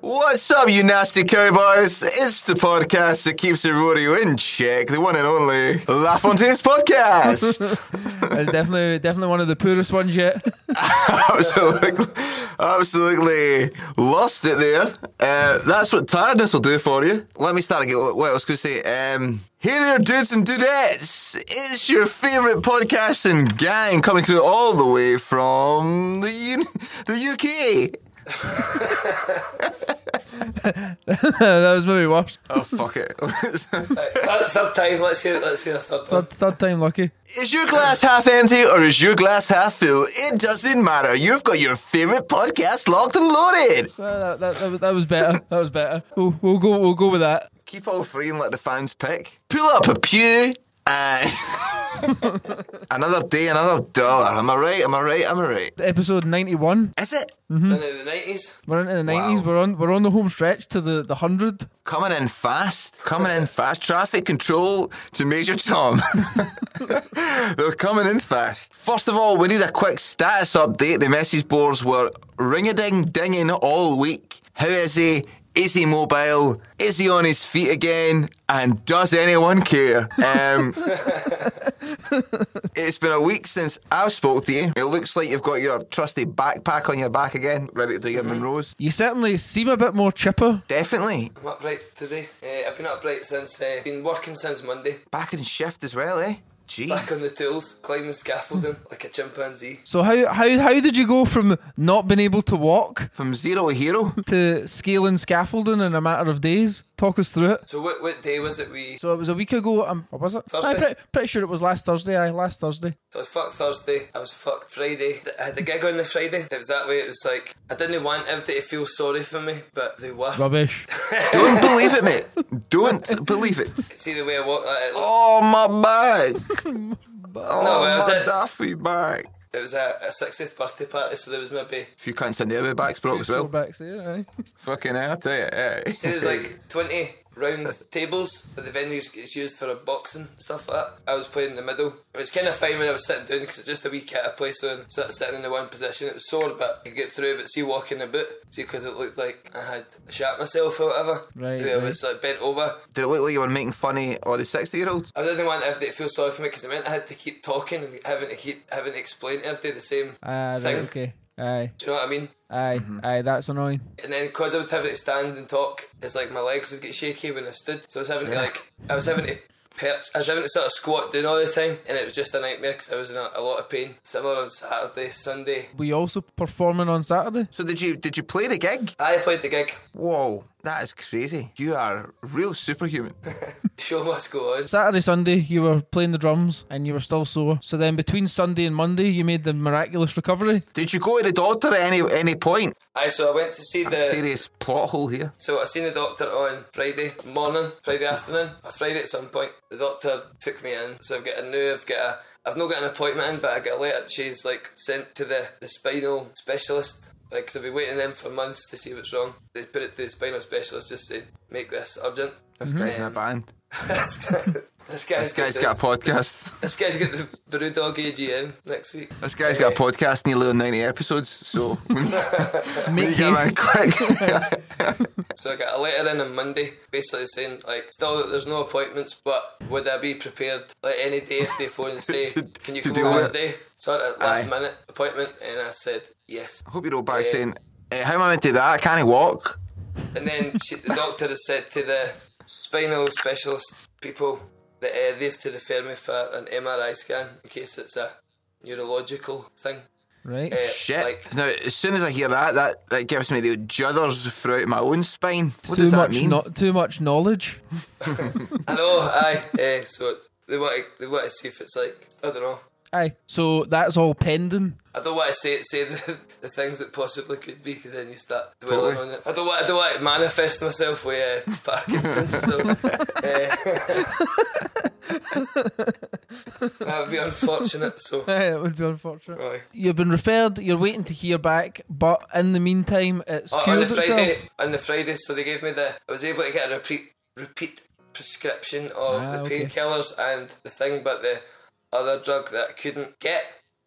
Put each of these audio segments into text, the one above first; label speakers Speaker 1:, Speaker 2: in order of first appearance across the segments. Speaker 1: What's up, you nasty cowboys? It's the podcast that keeps everybody in check, the one and only Lafontaines podcast.
Speaker 2: It's definitely definitely one of the poorest ones yet.
Speaker 1: absolutely, absolutely lost it there. Uh, that's what tiredness will do for you. Let me start again. What else could I say? Um, hey there, dudes and dudettes. It's your favourite podcast and gang coming through all the way from the, un- the UK.
Speaker 2: that was maybe worse.
Speaker 1: Oh, fuck it.
Speaker 3: Third, third time, let's hear let's hear a third time.
Speaker 2: Third, third time lucky.
Speaker 1: Is your glass half empty or is your glass half full? It doesn't matter. You've got your favorite podcast locked and loaded.
Speaker 2: Uh, That, that, that, was- that was better. That was better. We'll, we'll go we'll go with that.
Speaker 1: Keep all free and let the fans pick. Pull up a pew. and another day, another dollar. Am I right? Am I right? Am I right?
Speaker 2: Episode ninety one.
Speaker 1: Is it
Speaker 2: hmm.
Speaker 3: And in the nineties,
Speaker 2: We're into the
Speaker 1: Wow.
Speaker 2: nineties. We're on we're on the home stretch to the the hundred.
Speaker 1: coming in fast? Coming in fast. Traffic control to Major Tom. They're coming in fast. First of all, we need a quick status update. The message boards were ring a ding dinging all week. How is he? Is he mobile? Is he on his feet again? And does anyone care? Um, it's been a week since I've spoke to you. It looks like you've got your trusty backpack on your back again, ready to do your Monroes.
Speaker 2: You certainly seem a bit more chipper.
Speaker 1: Definitely.
Speaker 3: I'm upright today. Uh, I've been upright since uh, been working since Monday.
Speaker 1: Back in shift as well, eh? Gee.
Speaker 3: Back on the tools, climbing scaffolding like a chimpanzee.
Speaker 2: So how how how did you go from not being able to walk
Speaker 1: From zero to hero.
Speaker 2: to scaling scaffolding in a matter of days? Talk us through it.
Speaker 3: So what what day was it? We so
Speaker 2: So it was a week ago. Um, or was it?
Speaker 3: Thursday.
Speaker 2: I'm pretty, pretty sure it was last Thursday. Aye, last Thursday.
Speaker 3: I was fucked Thursday. I was fucked Friday. Th- I had a gig on the Friday. It was that way. It was like I didn't want everybody to feel sorry for me, but they were.
Speaker 2: Rubbish.
Speaker 1: Don't believe it, mate. Don't believe it.
Speaker 3: See the way I uh, walked. Like, it, looked-
Speaker 1: Oh, my back. Oh,
Speaker 3: No, well, is
Speaker 1: my
Speaker 3: it-
Speaker 1: daffy back.
Speaker 3: it was a, a 60th birthday party, so there was maybe
Speaker 1: If you can't send the other back's broke as
Speaker 2: Go
Speaker 1: well.
Speaker 2: back to it, aye.
Speaker 1: Fucking hell, I tell you, eh.
Speaker 3: See, there's like 20 round tables, but the venue's it's used for a boxing stuff like that. I was playing in the middle. It was kind of fine when I was sitting down because it's just a wee kit I play, so I'm sit- sitting in the one position. It was sore, but I could get through it. But see, walking about, see, because it looked like I had shat myself or whatever.
Speaker 2: Right,
Speaker 3: Yeah, I
Speaker 2: right.
Speaker 3: was like bent over.
Speaker 1: Did it look like you were making funny or the 60 year olds?
Speaker 3: I didn't want everybody to feel sorry for me because it meant I had to keep talking and having to keep having to explain to everybody the same
Speaker 2: Ah, right,
Speaker 3: thing.
Speaker 2: okay. Aye,
Speaker 3: Do you know what I mean?
Speaker 2: aye, aye. That's annoying.
Speaker 3: And then because I was having to stand and talk, it's like my legs would get shaky when I stood. So I was having to like, I was having to perch, I was having to sort of squat down all the time, and it was just a nightmare because I was in a, a lot of pain. Similar on Saturday, Sunday.
Speaker 2: Were you also performing on Saturday?
Speaker 1: So did you did you play the gig?
Speaker 3: I played the gig.
Speaker 1: Whoa. That is crazy. You are real superhuman.
Speaker 3: Show must go on.
Speaker 2: Saturday, Sunday, you were playing the drums and you were still sore. So then between Sunday and Monday, you made the miraculous recovery.
Speaker 1: Did you go to the doctor at any any point?
Speaker 3: Aye, so I went to see the.
Speaker 1: Serious plot hole here.
Speaker 3: So I seen the doctor on Friday morning, Friday afternoon, or Friday at some point. The doctor took me in, so I've got a new, I've got a, I've not got an appointment in, but I got a letter. She's like sent to the, the spinal specialist. Like, cause I've been waiting in for months to see what's wrong. They put it to the spinal specialist just to make this urgent.
Speaker 1: This guy's in a band.
Speaker 3: this guy's
Speaker 1: This guy's got a podcast.
Speaker 3: this guy's got the brew dog AGM next week.
Speaker 1: This guy's got a podcast nearly on 90 episodes, so we need we need to
Speaker 2: Make
Speaker 1: get him in
Speaker 2: haste.
Speaker 1: quick.
Speaker 3: So I got a letter in on Monday, basically saying like, still that there's no appointments, but would I be prepared like any day if they phone and say,
Speaker 1: To-
Speaker 3: can you
Speaker 1: to
Speaker 3: come
Speaker 1: deal
Speaker 3: over
Speaker 1: with
Speaker 3: today? So I had a last
Speaker 1: Aye.
Speaker 3: minute appointment, and I said yes.
Speaker 1: I hope you wrote back
Speaker 3: Yeah.
Speaker 1: saying, eh, How am I meant to do that? I can't walk.
Speaker 3: And then she, the doctor has said to the spinal specialist people that uh, they have to refer me for an MRI scan in case it's a neurological thing.
Speaker 2: Right.
Speaker 3: Uh,
Speaker 1: Shit.
Speaker 3: Like,
Speaker 1: now, as soon as I hear that, that, that gives me the judders throughout my own spine. What
Speaker 2: too
Speaker 1: does
Speaker 2: much
Speaker 1: that mean?
Speaker 2: no- too much knowledge.
Speaker 3: I know, aye. Uh, so they want to, they want to see if it's like I don't know.
Speaker 2: Aye. So that's all pending.
Speaker 3: I don't want to say it, say the, the things that possibly could be, because then you start dwelling
Speaker 1: Totally.
Speaker 3: on it. I don't want, I don't want to manifest myself with uh, Parkinson's. so, uh, that would be unfortunate. So,
Speaker 2: Aye, it would be unfortunate.
Speaker 3: aye.
Speaker 2: You've been referred. You're waiting to hear back, but in the meantime, it's
Speaker 3: Oh, on
Speaker 2: cured
Speaker 3: the Friday,
Speaker 2: itself.
Speaker 3: on the Friday, so they gave me the. I was able to get a repeat repeat prescription of
Speaker 2: Ah,
Speaker 3: the
Speaker 2: okay.
Speaker 3: painkillers and the thing, but the other drug that I couldn't get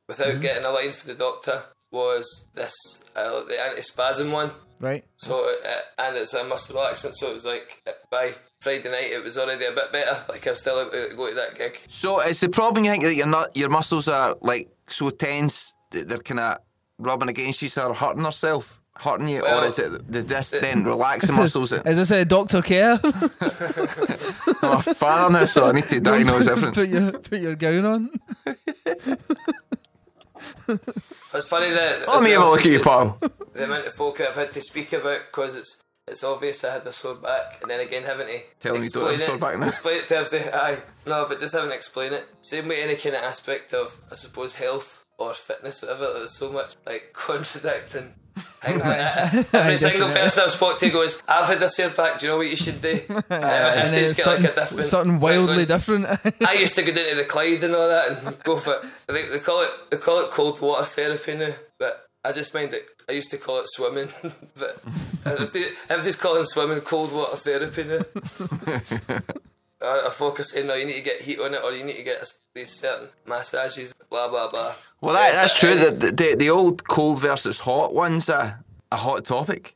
Speaker 3: without
Speaker 2: Mm-hmm.
Speaker 3: getting a line from the doctor was this uh, the antispasm one.
Speaker 2: Right.
Speaker 3: So uh, and it's a muscle relaxant. So it was like uh, by Friday night it was already a bit better. Like I was still able to go to that gig.
Speaker 1: So it's the problem you think that your nut, your muscles are like so tense that they're kind of rubbing against you, so they're hurting herself, hurting you,
Speaker 3: Well,
Speaker 1: or is it the this then relaxing muscles? that-
Speaker 2: Is this a doctor care?
Speaker 1: I'm a father now, so I need to diagnose everything.
Speaker 2: put your put your gown on.
Speaker 3: It's funny that
Speaker 1: Let me have a look at you, pal.
Speaker 3: The amount of folk that I've had to speak about because it's it's obvious I had a sore back, and then again having to
Speaker 1: Telling you don't have a
Speaker 3: explain
Speaker 1: sore
Speaker 3: it-
Speaker 1: back now.
Speaker 3: Explain it Thursday, aye, no, but just having to explain it. Same with any kind of aspect of, I suppose, health or fitness, whatever. There's so much like contradicting. things like that. Every single person I've spoken to goes, I've had a sore back. Do you know what you should do? Uh, and
Speaker 2: And then
Speaker 3: it's
Speaker 2: it's
Speaker 3: got, like,
Speaker 2: something,
Speaker 3: a different-
Speaker 2: something
Speaker 3: it's like
Speaker 2: wildly
Speaker 3: going-
Speaker 2: different.
Speaker 3: I used to go down to the Clyde and all that and go for I think they call it they call it cold water therapy now, but I just mind it. I used to call it swimming, but I'm just- I'm just calling swimming cold water therapy now. I, I focus in. No, you need to get heat on it, or you need to get these certain massages. Blah blah blah.
Speaker 1: Well, that,
Speaker 3: Yeah,
Speaker 1: that's
Speaker 3: but,
Speaker 1: true.
Speaker 3: uh,
Speaker 1: The, the the old cold versus hot one's a, a hot topic.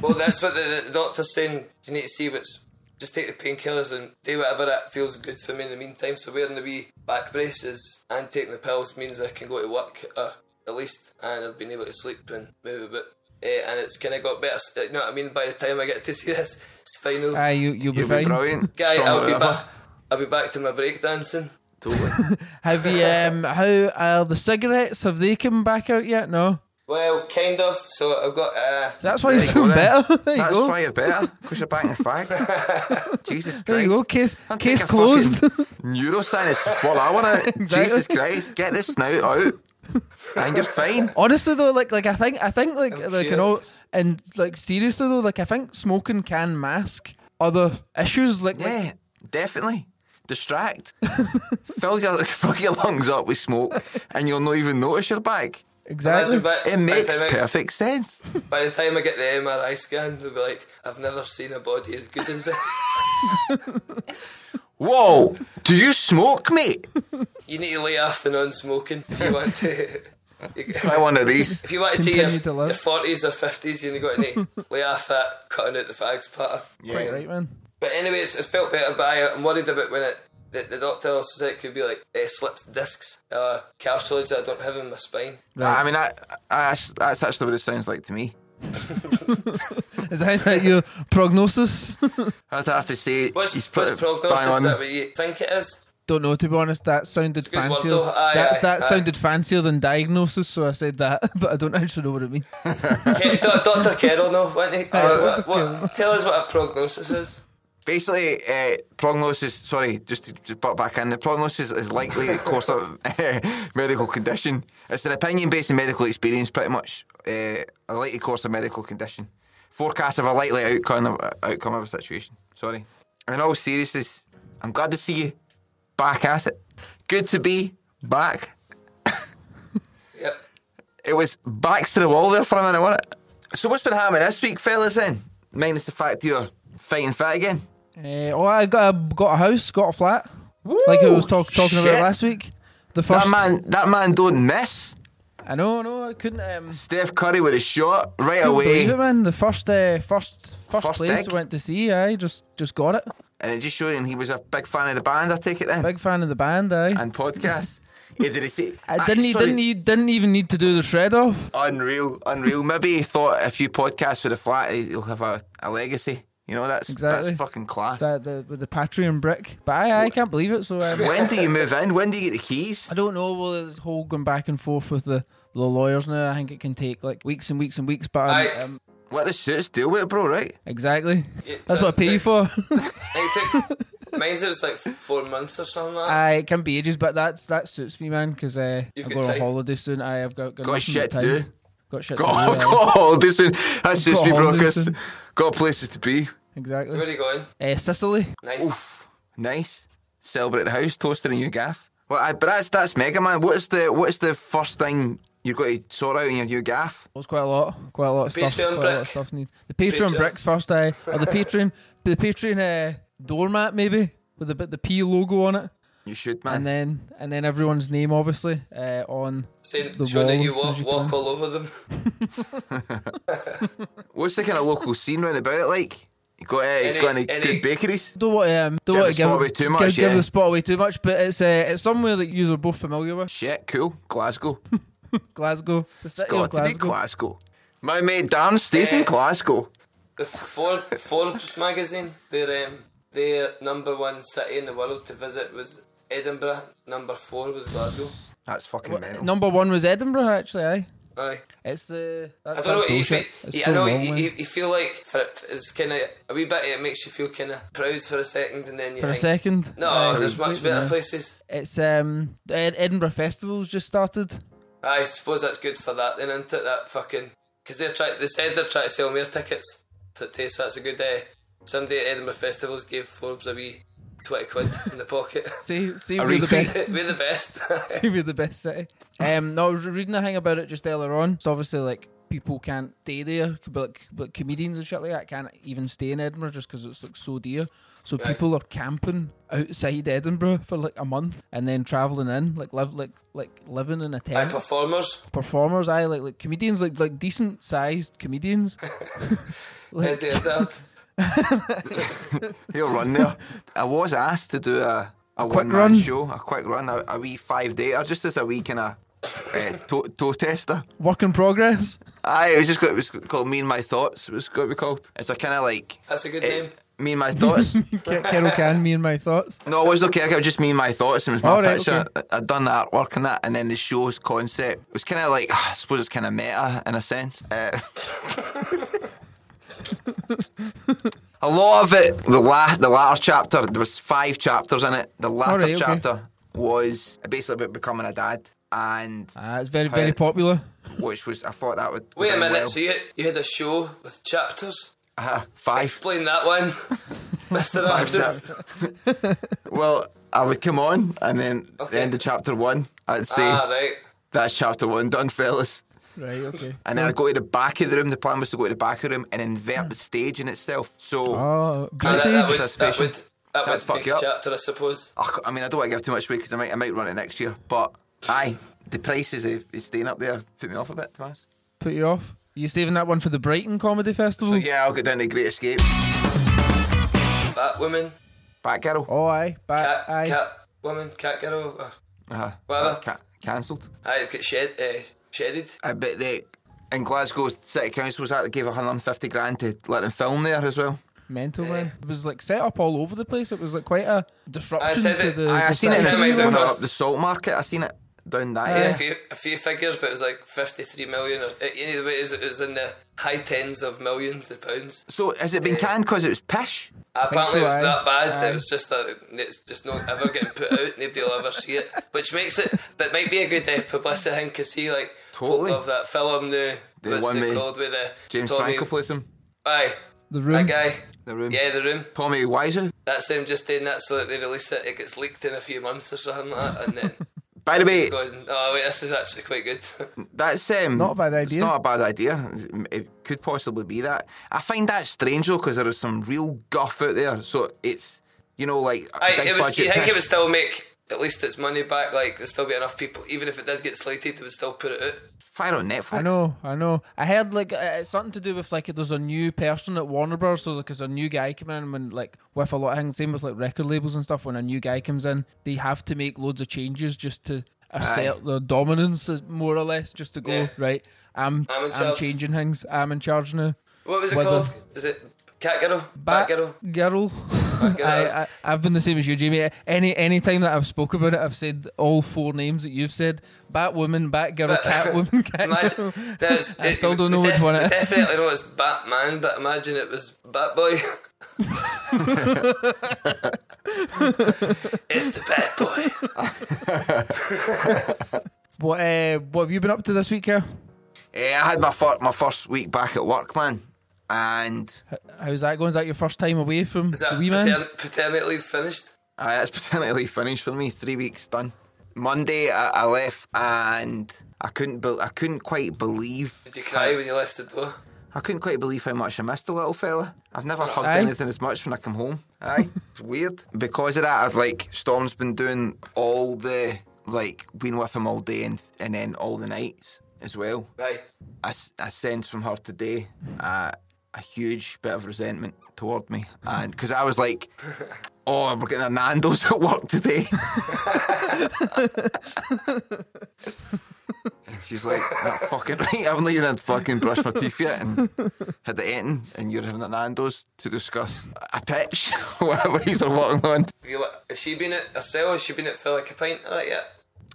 Speaker 3: Well, that's what the, the doctor's saying. You need to see what's. Just take the painkillers and do whatever that feels good for me in the meantime. So wearing the wee back braces and taking the pills means I can go to work uh, at least, and I've been able to sleep and move a bit. Eh, and it's kind of got better. You know what I mean? By the time I get to see this spinal
Speaker 2: Aye, you you'll be
Speaker 1: You'll be
Speaker 2: fine.
Speaker 1: brilliant.
Speaker 3: guy,
Speaker 1: Stronger
Speaker 3: I'll be
Speaker 1: than ever.
Speaker 3: back. I'll be back to my breakdancing.
Speaker 1: Totally.
Speaker 2: Have you um? How are the cigarettes? Have they come back out yet? No.
Speaker 3: Well, kind of. So I've got. Uh,
Speaker 2: So that's why you're
Speaker 1: you go
Speaker 2: feeling
Speaker 1: then.
Speaker 2: better. There you
Speaker 1: That's
Speaker 2: go.
Speaker 1: why you're better, because you're backing the fact. Jesus Christ.
Speaker 2: There you go. Case
Speaker 1: I'll take
Speaker 2: case
Speaker 1: a
Speaker 2: closed.
Speaker 1: fucking Neuroscience is what I want out.
Speaker 2: Exactly.
Speaker 1: Jesus Christ, get this snout out. And you're fine.
Speaker 2: Honestly though, like like I think I think like
Speaker 1: Oh,
Speaker 2: like you know,
Speaker 3: curious.
Speaker 2: and like seriously though, like I think smoking can mask other issues. Like, like-
Speaker 1: Yeah, definitely. Distract. fill, your, fill your lungs up with smoke and you'll not even notice your back.
Speaker 2: exactly.
Speaker 3: by,
Speaker 1: It
Speaker 3: by the
Speaker 1: makes
Speaker 3: time I-
Speaker 1: perfect sense.
Speaker 3: By the time I get the MRI scan, they'll be like, "I've never seen a body as good as this."
Speaker 1: Whoa, do you smoke, mate?
Speaker 3: you need to lay off the non-smoking if you want to.
Speaker 1: Try one of these.
Speaker 3: If you want to see your,
Speaker 2: Continue to live.
Speaker 3: your 40s or 50s, you're going to need to lay off that cutting out the fags part. of
Speaker 1: Yeah.
Speaker 2: Right, man.
Speaker 3: But anyway, it's, it's felt better, but I, I'm worried about when it, the, the doctor also said it could be like uh, slipped discs or cartilage that I don't have in my spine.
Speaker 1: I mean, I, I, that's actually what it sounds like to me.
Speaker 2: Is that your prognosis?
Speaker 1: I'd have to say
Speaker 3: What's,
Speaker 1: he's
Speaker 3: what's
Speaker 1: pretty bang
Speaker 3: prognosis?
Speaker 1: on.
Speaker 3: Is that what you think it is?
Speaker 2: Don't know to be honest. That sounded
Speaker 3: good word,
Speaker 2: fancier.
Speaker 3: though. Aye,
Speaker 2: that
Speaker 3: aye,
Speaker 2: that
Speaker 3: aye.
Speaker 2: sounded fancier than diagnosis, so I said that, but I don't actually know what it means.
Speaker 3: Ke- Do- Dr. Carroll, no, won't he?
Speaker 2: Uh,
Speaker 3: What- what- tell us what a prognosis is.
Speaker 1: Basically, uh, prognosis. Sorry, just to, to butt back in. The prognosis is likely course of uh, medical condition. It's an opinion based on medical experience, pretty much. Uh, a likely course of medical condition. Forecast of a likely outcome of, outcome of a situation. Sorry. In all seriousness, I'm glad to see you back at it. Good to be back.
Speaker 3: Yep.
Speaker 1: It was backs to the wall there for a minute, wasn't it? So what's been happening this week, fellas? Then, minus the fact you're fighting fat again.
Speaker 2: Uh, oh, I got a, got a house, got a flat, like I was talk, talking
Speaker 1: shit.
Speaker 2: about last week. The first
Speaker 1: That man, that man don't miss.
Speaker 2: I know, I know, I couldn't. Um,
Speaker 1: Steph Curry with a shot right
Speaker 2: couldn't
Speaker 1: away,
Speaker 2: believe it, man. The first, uh, first, first,
Speaker 1: First
Speaker 2: place
Speaker 1: dig?
Speaker 2: I went to see, I just just got it.
Speaker 1: and it just showed him he was a big fan of the band. I take it then,
Speaker 2: Big fan of the band, aye.
Speaker 1: and podcast. yeah, did he say?
Speaker 2: I didn't,
Speaker 1: Ah,
Speaker 2: he
Speaker 1: sorry.
Speaker 2: didn't, he didn't even need to do the shred off.
Speaker 1: Unreal, unreal. Maybe he thought a few podcasts with a flat, he'll have a, a legacy. You know, that's
Speaker 2: Exactly.
Speaker 1: that's fucking class.
Speaker 2: That the with the Patreon brick, but I I can't believe it. So um,
Speaker 1: When do you move in? When do you get the keys?
Speaker 2: I don't know. Well, this whole going back and forth with the, the lawyers now. I think it can take like weeks and weeks and weeks. But um,
Speaker 3: Aye.
Speaker 2: um,
Speaker 1: Let the suits deal with it, bro. Right?
Speaker 2: exactly,
Speaker 3: Yeah,
Speaker 2: that's what I pay you for.
Speaker 3: It took, mine's it was like four months or something like that.
Speaker 2: I it can be ages, but that's that suits me, man. Because uh,
Speaker 3: You've
Speaker 2: I'm
Speaker 3: got
Speaker 2: going on
Speaker 3: time.
Speaker 2: holiday soon. I have got got,
Speaker 1: Got
Speaker 2: nothing but
Speaker 1: shit to
Speaker 2: time.
Speaker 1: do.
Speaker 2: Got shit. to
Speaker 1: Got
Speaker 2: do, aye.
Speaker 1: got holidays. in. That suits
Speaker 2: Got
Speaker 1: me, bro.
Speaker 2: holidays
Speaker 1: 'cause
Speaker 2: in.
Speaker 1: got places to be.
Speaker 2: Exactly.
Speaker 3: Where are you going?
Speaker 2: Uh, Sicily.
Speaker 3: Nice.
Speaker 1: Oof, nice. Celebrate the house, toasting a new gaff. Well, I, but that's that's mega man. What's the what's the first thing you've got to sort out in your new gaff?
Speaker 2: It was quite a lot. Quite a lot of
Speaker 3: The
Speaker 2: stuff.
Speaker 3: Patreon
Speaker 2: Quite a lot
Speaker 3: brick.
Speaker 2: of stuff need. The Patreon
Speaker 3: Patreon.
Speaker 2: bricks first, I or the Patreon, the Patreon uh, doormat maybe with a bit the P logo on it,
Speaker 1: You should, man.
Speaker 2: and then and then everyone's name obviously uh, on.
Speaker 3: Saying,
Speaker 2: The
Speaker 3: showing that you
Speaker 2: walls, as
Speaker 3: walk,
Speaker 2: you
Speaker 3: walk
Speaker 2: can.
Speaker 3: all over them.
Speaker 1: what's the kind of local scene round about it like? You got, uh,
Speaker 3: Any-
Speaker 1: got any,
Speaker 3: any-
Speaker 1: good bakeries?
Speaker 2: Don't want to um, don't
Speaker 1: Give
Speaker 2: want
Speaker 1: the spot away
Speaker 2: to give,
Speaker 1: too much,
Speaker 2: give, give
Speaker 1: yeah.
Speaker 2: the spot away too much, but it's uh, it's somewhere that you are both familiar with.
Speaker 1: Shit, cool. Glasgow.
Speaker 2: Glasgow, the city of
Speaker 1: got to be
Speaker 2: Glasgow.
Speaker 1: Glasgow. My mate Dan stays in
Speaker 3: Yeah.
Speaker 1: Glasgow.
Speaker 3: The Ford, Forbes magazine, their um, their number one city in the world to visit was Edinburgh. Number four was Glasgow.
Speaker 1: That's fucking mental.
Speaker 2: Number one was Edinburgh, actually. Aye,
Speaker 3: Aye.
Speaker 2: it's the.
Speaker 3: I
Speaker 2: That's
Speaker 3: don't know.
Speaker 2: that's
Speaker 3: You feel,
Speaker 2: bullshit. It's
Speaker 3: E yeah,
Speaker 2: so
Speaker 3: I know.
Speaker 2: wrong,
Speaker 3: you,
Speaker 2: man.
Speaker 3: you, you feel like for, it's kind of a wee bit. It makes you feel kind of proud for a second, and then you
Speaker 2: for a
Speaker 3: think,
Speaker 2: second.
Speaker 3: No,
Speaker 2: Aye,
Speaker 3: there's much
Speaker 2: completely,
Speaker 3: better
Speaker 2: man.
Speaker 3: places.
Speaker 2: It's um, the Ed- Edinburgh Festival's just started.
Speaker 3: I suppose that's good for that. Then into that fucking because they're trying. They said they're trying to sell more tickets for today, so that's a good day. Somebody at Edinburgh Festivals gave Forbes a wee twenty quid in the pocket.
Speaker 2: See, see,
Speaker 1: A
Speaker 2: we're the
Speaker 1: retweet.
Speaker 2: best.
Speaker 3: We're the best.
Speaker 2: See, we're the best city. Um, no, I was reading a thing about it just earlier on. So obviously, like people can't stay there, but like, but comedians and shit like that can't even stay in Edinburgh just because it's like so dear. So people are camping outside Edinburgh for like a month and then traveling in, like live, like like living in a
Speaker 3: Aye,
Speaker 2: tent.
Speaker 3: performers.
Speaker 2: Performers, I like like comedians, like like decent sized comedians.
Speaker 3: Head to yourself.
Speaker 1: He'll run there. I was asked to do a, a,
Speaker 2: quick
Speaker 1: one
Speaker 2: run.
Speaker 1: man show, a quick run, a, a wee five day, or just as a wee kind of uh, toe, toe tester.
Speaker 2: Work in progress.
Speaker 1: Aye, it was just got, it was called Me and My Thoughts. It was got to be called. It's a kind of like.
Speaker 3: That's a good
Speaker 1: it's
Speaker 3: name.
Speaker 1: Me and My Thoughts.
Speaker 2: Ke- Carol can me and my thoughts.
Speaker 1: no, it was no Kirk. It was just Me and My Thoughts, and it was my
Speaker 2: All right,
Speaker 1: picture. I, I'd done the artwork and that, and then the show's concept. It was kind of like I suppose it's kind of meta in a sense. Uh, a lot of it, the la- the latter chapter, there was five chapters in it. The latter
Speaker 2: right, okay.
Speaker 1: chapter was basically about becoming a dad, and
Speaker 2: Ah, it's very very
Speaker 1: Hi.
Speaker 2: popular.
Speaker 1: which was I thought that would
Speaker 3: Wait a
Speaker 1: do
Speaker 3: minute.
Speaker 1: well.
Speaker 3: So you you had a show with chapters.
Speaker 1: Uh, five.
Speaker 3: Explain that one, Mister After.
Speaker 1: well, I would come on, and then
Speaker 3: Okay.
Speaker 1: the end of chapter one, I'd say
Speaker 3: Ah, right.
Speaker 1: that's chapter one done, fellas.
Speaker 2: Right. Okay.
Speaker 1: And then I'd go to the back of the room. The plan was to go to the back of the room and invert the stage in itself. So,
Speaker 2: Oh,
Speaker 3: Ah, that, that
Speaker 1: Stage.
Speaker 3: would that would that
Speaker 1: That'd
Speaker 3: would
Speaker 1: fuck
Speaker 3: make
Speaker 1: you
Speaker 3: a
Speaker 1: up.
Speaker 3: chapter, I suppose.
Speaker 1: Ugh, I mean, I don't want to give too much away because I might, I might run it next year. But aye, the prices is staying up there put me off a bit, Tomas.
Speaker 2: put you off. You saving that one for the Brighton Comedy Festival?
Speaker 1: So yeah, I'll get down to Great Escape.
Speaker 3: Bat woman,
Speaker 1: Back girl.
Speaker 2: Oh, aye,
Speaker 3: cat,
Speaker 2: back, aye.
Speaker 3: cat woman, cat girl. uh,
Speaker 1: Uh-huh.
Speaker 3: Well-
Speaker 1: That's ca- cancelled.
Speaker 3: Aye, get shed, uh, shedded.
Speaker 1: I bet they in Glasgow City Council's that gave 150 grand to let them film there as well.
Speaker 2: mental
Speaker 1: eh.
Speaker 2: man. It was like set up all over the place. It was like quite a disruption
Speaker 3: said
Speaker 2: to
Speaker 3: it.
Speaker 2: the.
Speaker 1: I, I
Speaker 2: the
Speaker 1: seen it in
Speaker 3: Yeah, maybe
Speaker 1: the,
Speaker 3: it
Speaker 1: when I
Speaker 3: was.
Speaker 1: was up the salt market. I seen it down that
Speaker 3: Yeah, a
Speaker 1: area.
Speaker 3: few, a few figures, but it was like 53 million. Or, anyway, it was, it was in the high tens of millions of pounds.
Speaker 1: So has it been canned because it was pish?
Speaker 3: Apparently, it was
Speaker 2: aye.
Speaker 3: that bad. that
Speaker 2: Aye.
Speaker 3: It was just that it's just not ever getting put out. Nobody will ever see it, which makes it. But it might be a good uh, publicity thing because he like folk
Speaker 1: Totally.
Speaker 3: love that film now.
Speaker 1: The
Speaker 3: what's
Speaker 1: one
Speaker 3: it
Speaker 1: with
Speaker 3: called with the
Speaker 1: James
Speaker 3: Tommy,
Speaker 1: Franco plays him.
Speaker 3: Aye,
Speaker 2: the
Speaker 3: that
Speaker 2: room.
Speaker 3: guy.
Speaker 1: The room.
Speaker 3: Yeah, the room.
Speaker 1: Tommy Wiseau.
Speaker 3: That's them just doing that so that they release it. It gets leaked in a few months or something like that, and then
Speaker 1: By the way,
Speaker 3: going, "Oh wait, this is actually quite good."
Speaker 1: that's um,
Speaker 2: Not a bad idea.
Speaker 1: It's not a bad idea. It could possibly be that. I find that strange though because there is some real guff out there. So it's you know like a
Speaker 3: I,
Speaker 1: big
Speaker 3: it was,
Speaker 1: budget
Speaker 3: you think it
Speaker 1: pish.
Speaker 3: would still make at least its money back? Like there'd still be enough people, even if it did get slated, they would still put it out.
Speaker 1: fire on Netflix.
Speaker 2: I know, I know. I heard like uh, it's something to do with like there's a new person at Warner Bros. So like, there's a new guy coming in when like with a lot of things, same with like record labels and stuff. When a new guy comes in, they have to make loads of changes just to assert their dominance, uh, more or less, just to go
Speaker 3: Yeah.
Speaker 2: right. I'm
Speaker 3: I'm in
Speaker 2: I'm,
Speaker 3: charge."
Speaker 2: changing things. I'm in charge now.
Speaker 3: What was it
Speaker 2: Whether-
Speaker 3: called? Is it Cat Girl? Bat Girl?
Speaker 2: Girl.
Speaker 3: Girl.
Speaker 2: I, I, I've been the same as you, Jamie. Any any time that I've spoke about it, I've said all four names that you've said: Batwoman, Batgirl, Catwoman,
Speaker 3: Imagine,
Speaker 2: Catgirl.
Speaker 3: there's-
Speaker 2: I
Speaker 3: it-
Speaker 2: still don't
Speaker 3: we
Speaker 2: know which
Speaker 3: def-
Speaker 2: one
Speaker 3: we
Speaker 2: it is.
Speaker 3: Definitely know it's Batman, but imagine it was Batboy. it's the Bat Boy.
Speaker 2: What uh, what have you been up to this week, Carl?
Speaker 1: Eh, I had my fir- my first week back at work, man, and uh,
Speaker 2: How's that going? Is that your first time away from
Speaker 3: Is that
Speaker 2: the wee man?
Speaker 3: patern- paternity leave finished?
Speaker 1: Uh, that's paternity finished for me. Three weeks done. Monday, I, I left and I couldn't. Be- I couldn't quite believe.
Speaker 3: Did you cry when you left the door?
Speaker 1: I couldn't quite believe how much I missed the little fella. I've never hugged
Speaker 2: Aye.
Speaker 1: anything as much when I come home. Aye, it's weird. Because of that, I've like Storm's been doing all the like been with him all day and and then all the nights as well.
Speaker 3: Right.
Speaker 1: I, s- I sense from her today uh, a huge bit of resentment toward me, and because I was like, "Oh, we're getting a Nando's at work today." And She's like, "That fucking right. I've not even fucking brushed my teeth yet, and had the eating, and you're having a Nando's to discuss a pitch, whatever he's working on."
Speaker 3: Have, you, let- has she been at herself? Has she been at for like a pint of that yet?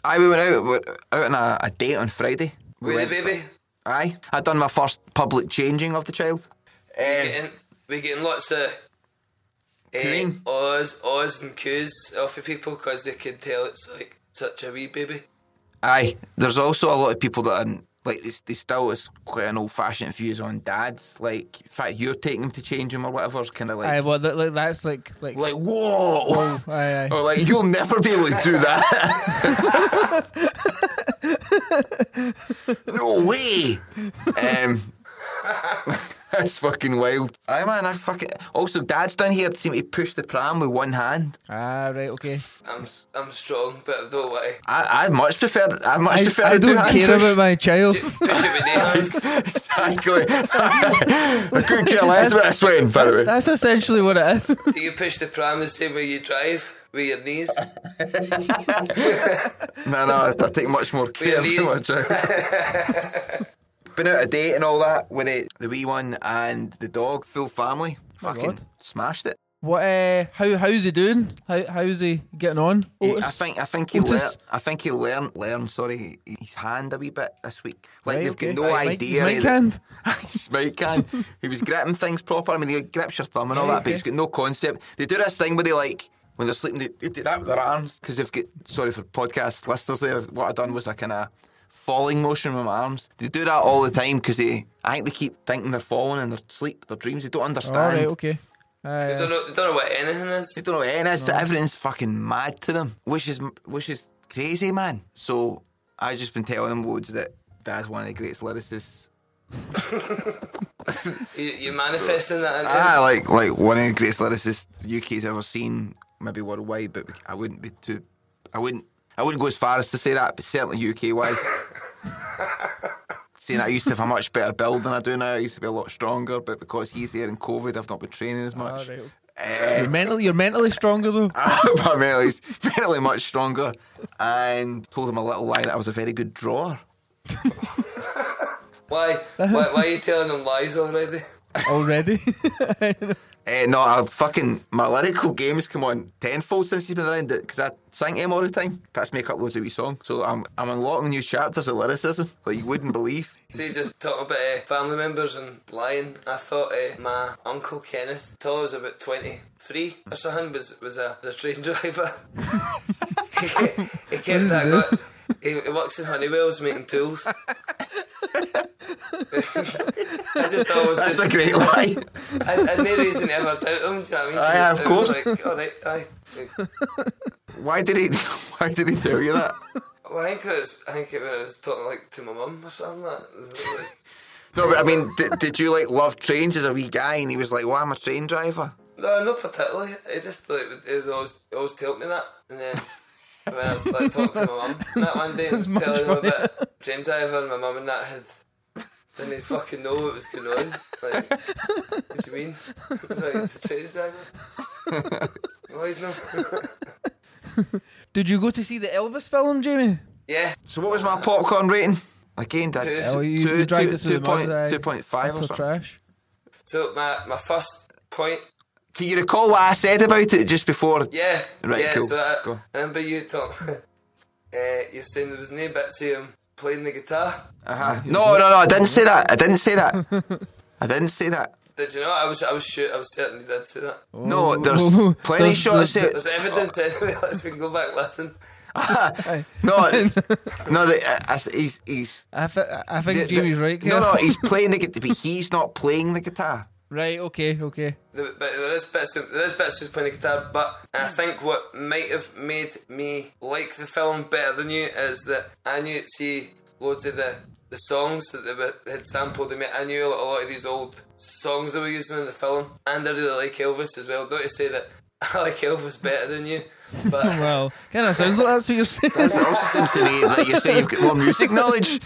Speaker 1: Aye, we went out. We were out on a, a date on Friday. We
Speaker 3: With
Speaker 1: went
Speaker 3: the
Speaker 1: for-
Speaker 3: baby?
Speaker 1: aye, I'd done my first public changing of the child. Eh,
Speaker 3: Getting, we're getting lots of eh,
Speaker 1: Cooing.
Speaker 3: O's, O's and Q's off of people because they can tell it's like such a wee baby.
Speaker 1: Aye, there's also a lot of people that are like they, they still is quite an old fashioned views on dads. Like, in fact, you're taking them to change them or whatever is kind of like,
Speaker 2: Aye, well, that, like, that's like like
Speaker 1: like whoa,
Speaker 2: Oh, aye, aye.
Speaker 1: or like you'll never be able to do that. no way. Um, that's fucking wild. Aye, man. I fucking also dads down here seem to push the pram with one hand.
Speaker 2: ah right okay.
Speaker 3: I'm I'm strong, but I don't want to
Speaker 1: I I much prefer I much
Speaker 2: I,
Speaker 1: prefer
Speaker 2: I
Speaker 1: the
Speaker 2: don't
Speaker 1: two-hand
Speaker 2: care
Speaker 1: push.
Speaker 2: about my child.
Speaker 3: push it with their hands.
Speaker 1: exactly. I couldn't care less about this one, by the way.
Speaker 2: That's essentially what it is.
Speaker 3: Do you push the pram the same way you drive with your knees?
Speaker 1: No, no, I take much more care
Speaker 3: Wait,
Speaker 1: than my child. Been out a date and all that with it, the wee one and the dog, full family. Fucking
Speaker 2: God.
Speaker 1: smashed it.
Speaker 2: What? Uh, how how's he doing? How how's he getting on?
Speaker 1: He- I
Speaker 2: Otis?
Speaker 1: think I think he
Speaker 2: Otis?
Speaker 1: learned. I think he learned. Learn, sorry, his hand a wee bit this week. Like
Speaker 2: Right,
Speaker 1: they've
Speaker 2: okay.
Speaker 1: got no
Speaker 2: Right, Mike-
Speaker 1: idea.
Speaker 2: Mike
Speaker 1: that-
Speaker 2: hand?
Speaker 1: His Mike can. He was gripping things proper. I mean, he grips your thumb and all that, but he's got no concept. They do this thing where they like. When they're sleeping, they, they do that with their arms because they've got. Sorry for podcast listeners there. What I done was I kind of falling motion with my arms. They do that all the time because they. I think they keep thinking they're falling in their sleep, their dreams. They don't understand.
Speaker 2: All right, okay. Uh, Aye,
Speaker 3: I don't know, I don't know what anything is.
Speaker 1: They don't know and it's everything's fucking mad to them, which is which is crazy, man. So I've just been telling them loads that Dad's one of the greatest lyricists.
Speaker 3: You, you're manifesting that. aren't you?
Speaker 1: Ah, like like one of the greatest lyricists the UK's ever seen, maybe worldwide, but I wouldn't be too, I wouldn't I wouldn't go as far as to say that, but certainly UK wise. Saying I used to have a much better build than I do now. I used to be a lot stronger, but because he's there in COVID, I've not been training as
Speaker 2: aye. All
Speaker 1: much.
Speaker 2: right.
Speaker 1: Eh,
Speaker 2: You're mentally you're mentally stronger though.
Speaker 1: but mentally, he's mentally much stronger. And told him a little lie that I was a very good drawer.
Speaker 3: Why, why? Why are you telling them lies already?
Speaker 2: already.
Speaker 1: Eh, no, I fucking my lyrical game's come on tenfold since he's been around because I sang to him all the time. Pats make up loads of wee songs, so I'm I'm unlocking new chapters of lyricism that you wouldn't believe.
Speaker 3: See, just talking about uh, family members and lying, I thought uh, my uncle Kenneth, till I was about 23 or something, was, was, a, was a train driver. he, he kept that
Speaker 2: What
Speaker 3: got, he, he works in Honeywells making tools. I just always
Speaker 1: That's
Speaker 3: just,
Speaker 1: a great lie.
Speaker 3: and, and no reason to ever doubt him, do you know what I mean?
Speaker 1: Aye, of
Speaker 3: Just- it was
Speaker 1: course.
Speaker 3: Like, all right, aye.
Speaker 1: Why did he Why did he tell you that?
Speaker 3: Well, I think it was, I think it was, I was talking like to my mum or something like that.
Speaker 1: No, but I mean, did, did you like love trains as a wee guy? And he was like, "Well, I'm a train driver."
Speaker 3: No, not particularly. It just like it was always always told me that, and then when I was like talking to my mum that one day, and was
Speaker 2: much
Speaker 3: telling them about train driver, and my mum and that had didn't they fucking know what was going on. Like, what do you mean? like, it's a train driver. no, he's not.
Speaker 2: Did you go to see the Elvis film, Jamie?
Speaker 3: yeah,
Speaker 1: So what was my popcorn rating? Again, did
Speaker 3: Two.
Speaker 2: Oh, you,
Speaker 1: two-
Speaker 2: you dragged
Speaker 1: two-
Speaker 2: us through the
Speaker 1: two point-
Speaker 2: mud, aye.
Speaker 1: 2.5 or
Speaker 2: Utter
Speaker 1: something.
Speaker 2: Trash.
Speaker 3: so my my first point.
Speaker 1: Can you recall what I said about it just before?
Speaker 3: Yeah,
Speaker 1: Right,
Speaker 3: yeah.
Speaker 1: cool,
Speaker 3: So I,
Speaker 1: go.
Speaker 3: I remember you talking. uh, you're saying there was no bits of him playing the guitar.
Speaker 1: Uh-huh. No, no, no. I didn't say that. I didn't say that. I didn't say that.
Speaker 3: Did you know? I was I was sure I was certain you did say that.
Speaker 1: No, there's
Speaker 2: Oh.
Speaker 1: plenty
Speaker 2: There's-
Speaker 1: shots.
Speaker 2: there's-
Speaker 1: There.
Speaker 3: There's evidence anyway, let's we can go back listen.
Speaker 1: No, no. The, I- I s- he's he's.
Speaker 2: I, th- I think
Speaker 1: the- the-
Speaker 2: Jamie's right.
Speaker 1: No,
Speaker 2: here.
Speaker 1: no. He's playing the guitar, but he's not playing the guitar.
Speaker 2: Right. Okay. Okay.
Speaker 3: There- But there is bits of, there is bits of playing the guitar, but I think what might have made me like the film better than you is that I knew see loads of the the songs that they were- they had sampled in me. I knew a lot of these old songs they were using in the film, and I really like Elvis as well. Don't you say that I like Elvis better than you? But
Speaker 2: Well, kind of sounds like that's what you're saying.
Speaker 1: That's- It also seems to me that you say you've got more music knowledge.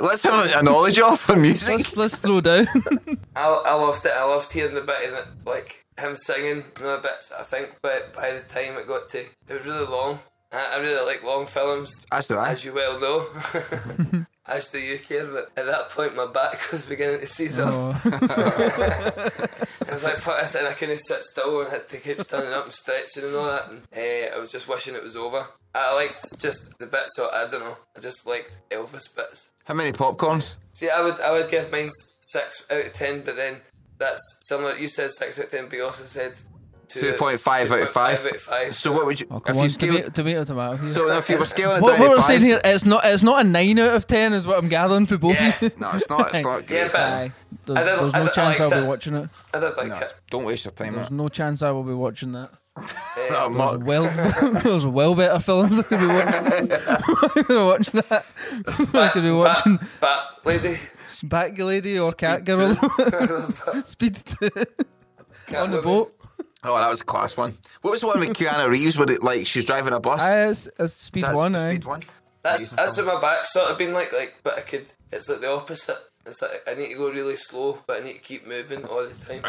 Speaker 1: Let's have a, a knowledge off for music.
Speaker 2: let's, let's throw down.
Speaker 3: I, I loved it. I loved hearing the bit in it, like him singing and the bits. I think, but by the time it got to, it was really long. I, I really like long films,
Speaker 1: As do I.
Speaker 3: as you well know. as do you care, but at that point my back was beginning to seize up. I was like, fuck this, and I couldn't sit still and had to keep standing up and stretching and all that. And uh, I was just wishing it was over. I liked just the bits, so I don't know. I just liked Elvis bits.
Speaker 1: How many popcorns?
Speaker 3: See, I would I would give mine six out of ten, but then that's similar. You said six out of ten, but you also said two,
Speaker 1: Two point five out of
Speaker 3: 2.5
Speaker 1: five.
Speaker 3: out of five.
Speaker 1: So what would you?
Speaker 2: Come
Speaker 1: if you
Speaker 2: on, tomato,
Speaker 1: scaled,
Speaker 2: tomato, tomato. Here.
Speaker 1: so if you were scaling it
Speaker 2: what,
Speaker 1: down
Speaker 2: what
Speaker 1: to
Speaker 2: we're
Speaker 1: five,
Speaker 2: saying here, it's not, it's not a nine out of ten, is what I'm gathering for both
Speaker 3: Yeah.
Speaker 2: of you.
Speaker 1: No, it's not. It's not.
Speaker 3: Yeah,
Speaker 1: Great.
Speaker 3: but
Speaker 2: Aye.
Speaker 3: I
Speaker 2: There's,
Speaker 3: don't-
Speaker 2: there's
Speaker 3: I
Speaker 2: no
Speaker 3: don't
Speaker 2: chance
Speaker 3: like
Speaker 2: I'll be
Speaker 3: that.
Speaker 2: watching it.
Speaker 3: I don't like it.
Speaker 1: Don't waste your time.
Speaker 2: There's
Speaker 1: on
Speaker 2: no chance I will be watching that.
Speaker 1: it. No,
Speaker 2: There's
Speaker 1: Mark.
Speaker 2: well, there's well better films I could be watching. I'm gonna watch that. I could be watching
Speaker 3: But, but lady,
Speaker 2: Bat Lady or Cat Girl. Speed two. on the
Speaker 3: Catwoman.
Speaker 2: boat.
Speaker 1: Oh, that was a class one. What was the one with Keanu Reeves? Where it like she's driving a bus?
Speaker 2: Aye, Uh, it's, it's Speed
Speaker 1: That's
Speaker 2: one.
Speaker 1: the
Speaker 2: Aye.
Speaker 1: speed one.
Speaker 3: That's
Speaker 1: Decent
Speaker 3: that's
Speaker 1: film.
Speaker 3: what my back's sort of been like. Like, but I could. It's like the opposite. It's like I need to go really slow, but I need to keep moving all the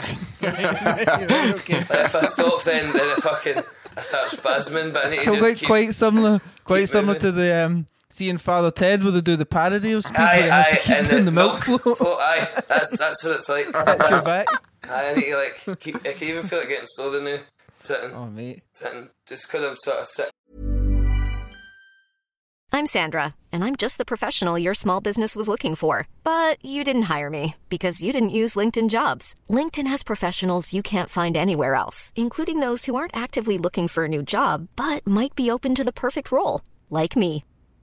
Speaker 3: time.
Speaker 2: okay.
Speaker 3: Like, if I stop, then then I fucking I start spasming. But I need to just
Speaker 2: quite
Speaker 3: keep.
Speaker 2: quite similar. Quite similar
Speaker 3: moving.
Speaker 2: to the um, seeing Father Ted where they do the parody of Speed. where
Speaker 3: Aye,
Speaker 2: they have to
Speaker 3: aye,
Speaker 2: keep
Speaker 3: and
Speaker 2: doing the milk float.
Speaker 3: float, Aye, that's that's what it's like. Um,
Speaker 2: That's your back.
Speaker 3: I I need to like. Keep, I can even feel it getting slower now. Sitting,
Speaker 2: Oh mate.
Speaker 3: sitting, just because I'm sort of sitting.
Speaker 4: I'm Sandra, and I'm just the professional your small business was looking for. But you didn't hire me because you didn't use LinkedIn jobs. LinkedIn has professionals you can't find anywhere else, including those who aren't actively looking for a new job but might be open to the perfect role, like me.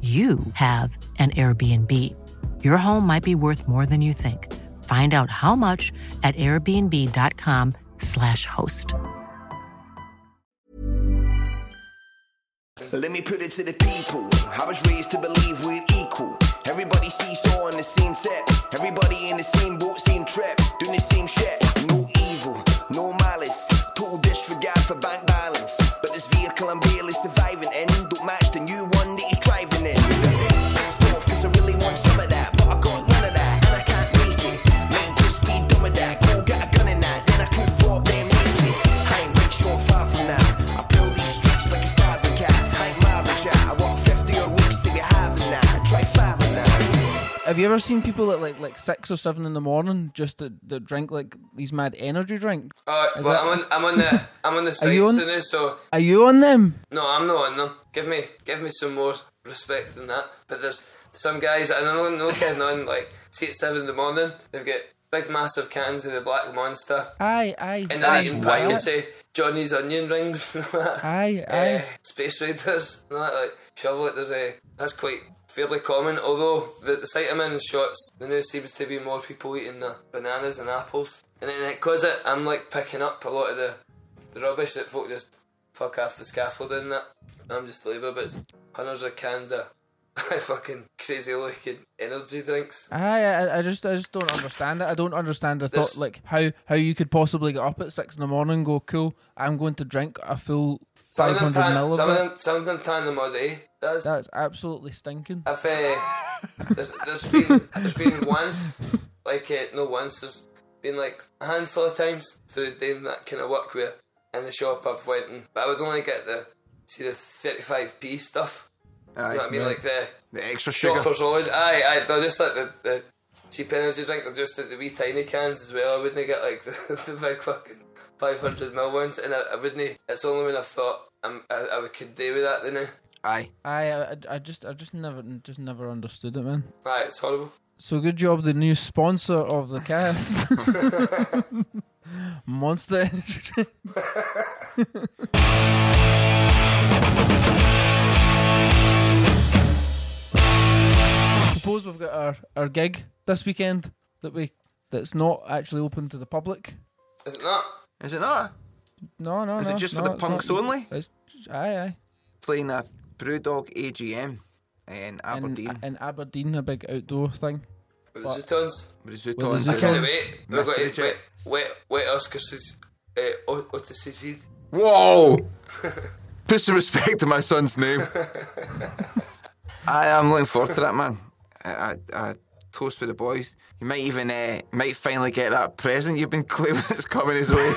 Speaker 5: you have an Airbnb. Your home might be worth more than you think. Find out how much at airbnb.com slash host.
Speaker 6: Let me put it to the people. I was raised to believe we're equal. Everybody seesaw on the same tip. Everybody in the same boat, same trip. Doing the same shit. No evil, no malice. Total disregard for bank balance. But this vehicle I'm barely surviving in don't match the new one that he's driving in. Does it? Pissed off 'cause I really want some of that. But I got none of that, and I can't make it. Man, just be dumb with that. Go get a gun in that. Then I could rob them naked. I ain't rich, you ain't far from that. I pull these streets like a starving cat. I ain't Marvin Chat. I walk 50 or weeks to be having that. I try five on that.
Speaker 2: Have you ever seen people at like like six or seven in the morning just that, that drink like these mad energy drinks?
Speaker 3: Uh, well,
Speaker 2: that-
Speaker 3: I'm on, I'm on the, I'm on the
Speaker 2: Are you
Speaker 3: sites
Speaker 2: on-
Speaker 3: now, so
Speaker 2: Are you on them?
Speaker 3: no, I'm not on them. Give me, give me some more respect than that. But there's some guys, and I'm no kidding on, like, see at seven in the morning, they've got big massive cans of the Black Monster,
Speaker 2: Aye, aye.
Speaker 3: and
Speaker 1: That's
Speaker 3: they're eating, I
Speaker 1: wild.
Speaker 3: could say, Johnny's onion rings and all that.
Speaker 2: Aye,
Speaker 3: Eh,
Speaker 2: aye.
Speaker 3: Space Raiders and that, like, shovel it, there's a, that's quite fairly common, although the, the site I'm in is shots, there now seems to be more people eating the bananas and apples. And then because it, I'm like picking up a lot of the, the rubbish that folk just fuck off the scaffolding and that. I'm just labour, but it's hundreds of cans of fucking crazy looking energy drinks.
Speaker 2: Aye, I, I just I just don't understand it. I don't understand the thought
Speaker 3: This-
Speaker 2: like how how you could possibly get up at six in the morning and go cool. I'm going to drink a full
Speaker 3: Some
Speaker 2: five
Speaker 3: of them
Speaker 2: hundred
Speaker 3: tan,
Speaker 2: mil
Speaker 3: some
Speaker 2: of
Speaker 3: of
Speaker 2: it.
Speaker 3: them, some of them tan them all day. That's
Speaker 2: That's absolutely stinking.
Speaker 3: I've uh, there's, there's been there's been once like uh, no once there's been like a handful of times through doing that kind of work where in the shop I've went and but I would only get the see the 35p stuff. You know what I mean? Like the
Speaker 1: The extra sugar.
Speaker 3: shoppers on. Aye, aye. They're just like the, the cheap energy drink. They're just the, the wee tiny cans as well. I wouldn't get like the, the big fucking 500 mil ones, and I, I wouldn't. It's only when I've thought I'm, I, I could do with that. Then
Speaker 1: Aye.
Speaker 2: Aye, I, I- I just I just never just never understood it, man.
Speaker 3: aye, it's horrible.
Speaker 2: So good job, the new sponsor of the cast, Monster Energy. Drink. Suppose we've got our, our gig this weekend that we that's not actually open to the public.
Speaker 3: Is it not?
Speaker 1: Is it not?
Speaker 2: No, no,
Speaker 1: Is
Speaker 2: no.
Speaker 1: it just for
Speaker 2: no,
Speaker 1: the
Speaker 2: it's
Speaker 1: punks
Speaker 2: not.
Speaker 1: only?
Speaker 2: It's, aye, aye.
Speaker 1: Playing a Brewdog AGM in
Speaker 2: In,
Speaker 1: Aberdeen.
Speaker 2: in Aberdeen, a big outdoor thing.
Speaker 3: With the Zootons?
Speaker 1: Risotto and
Speaker 2: Risotto.
Speaker 1: Zootons.
Speaker 3: Can't wait. We've got
Speaker 1: Mystery
Speaker 3: to wait,
Speaker 1: check.
Speaker 3: wait, wait, Oscar's uh, O- Otis's seed.
Speaker 1: Whoa! Put some respect to my son's name. I am looking forward to that, man. I, I, I toast with the boys. You might even uh, might finally get that present you've been claiming that's coming his way.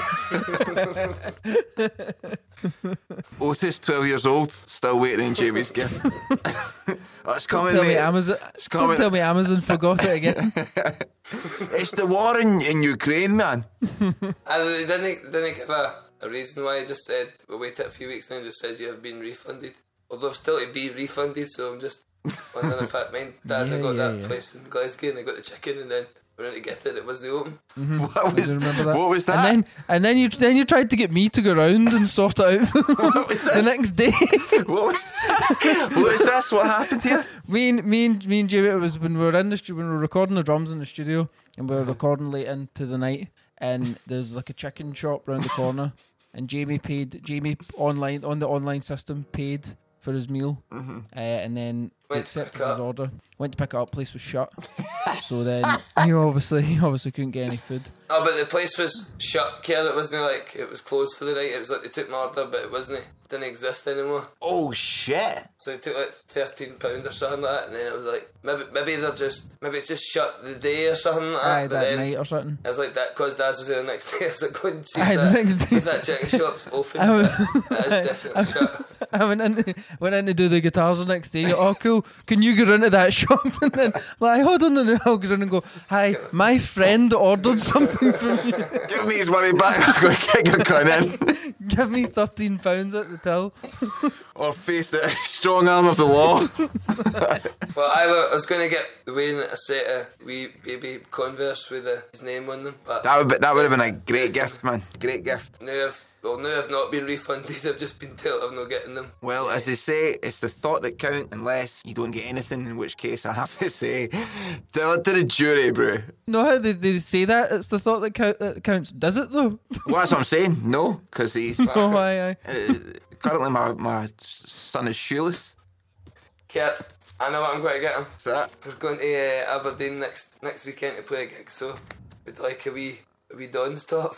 Speaker 1: Otis, twelve years old, still waiting on Jamie's gift. oh, it's coming,
Speaker 2: Tell me,
Speaker 1: mate.
Speaker 2: Amazon.
Speaker 1: It's
Speaker 2: Don't
Speaker 1: coming.
Speaker 2: tell me Amazon forgot it again.
Speaker 1: It's the war in, in Ukraine, man.
Speaker 3: And they didn't, they didn't give a, a reason why. I just said, we'll wait a few weeks now and just says you have been refunded. Although I'm still to be refunded, so I'm just wondering if that meant Daz, I
Speaker 2: Yeah,
Speaker 3: got
Speaker 2: yeah,
Speaker 3: that
Speaker 2: yeah.
Speaker 3: place in Glasgow and I got the chicken and then we went to get it and it wasn't open.
Speaker 1: What
Speaker 2: Do
Speaker 1: was
Speaker 2: you remember that?
Speaker 1: what was that?
Speaker 2: And then, and then you then you tried to get me to go round and sort it out
Speaker 1: what was
Speaker 2: the
Speaker 1: this?
Speaker 2: next day.
Speaker 1: what was that? What was this? What happened here?
Speaker 2: me and me and me and Jamie, it was when we were in the stu- when we were recording the drums in the studio, and we
Speaker 3: Uh-huh.
Speaker 2: were recording late into the night. And there's like a chicken shop round the corner, and Jamie paid Jamie online on the online system paid for his meal, uh, and then
Speaker 3: Mm-hmm. Went to
Speaker 2: accepted
Speaker 3: pick it
Speaker 2: his
Speaker 3: up.
Speaker 2: order. Went to pick it up. Place was shut, so then he obviously he obviously couldn't get any food.
Speaker 3: Oh, but the place was shut, Kel. It wasn't like it was closed for the night. It was like they took my order, but it wasn't, it didn't exist anymore.
Speaker 1: Oh shit!
Speaker 3: So they took like thirteen pound or something like that, and then it was like maybe maybe they're just maybe it's just shut the day or something like that.
Speaker 2: Aye,
Speaker 3: but
Speaker 2: that
Speaker 3: Ah, then
Speaker 2: night or something.
Speaker 3: It was like that because Daz was there the next day. I was like, go and see
Speaker 2: Aye,
Speaker 3: if
Speaker 2: the
Speaker 3: that,
Speaker 2: next
Speaker 3: see if
Speaker 2: day.
Speaker 3: that chicken shop's open.
Speaker 2: I was-
Speaker 3: but that is definitely shut.
Speaker 2: I went in, went in to do the guitars the next day. Oh, cool. Can you go into that shop? And then, like, hold on a minute. I'll go in and go, Hi, my friend ordered something from you.
Speaker 1: Give me his money back. I'm going to kick your gun in.
Speaker 2: Give me £13 pounds at the till.
Speaker 1: Or face the strong arm of the law.
Speaker 3: Well, I wa- I was going to get Wayne a set of wee baby Converse with uh his name on them, but
Speaker 1: That would be, that would have been a great gift, man. Great gift.
Speaker 3: now I've Well, now I've not been refunded. I've just been told I'm not getting them.
Speaker 1: Well, as they say, it's the thought that counts, unless you don't get anything, in which case I have to say, tell it to the jury, bro.
Speaker 2: No, how they, they say that? It's the thought that, count, that counts. Does it though?
Speaker 1: Well, that's what I'm saying. No, because he's
Speaker 2: oh, aye, aye.
Speaker 1: currently my, my s- son is shoeless.
Speaker 3: Kurt, I know what I'm going to get them.
Speaker 1: What's that?
Speaker 3: We're going to uh, Aberdeen next next weekend to play a gig, so we'd like a wee a wee Don's top.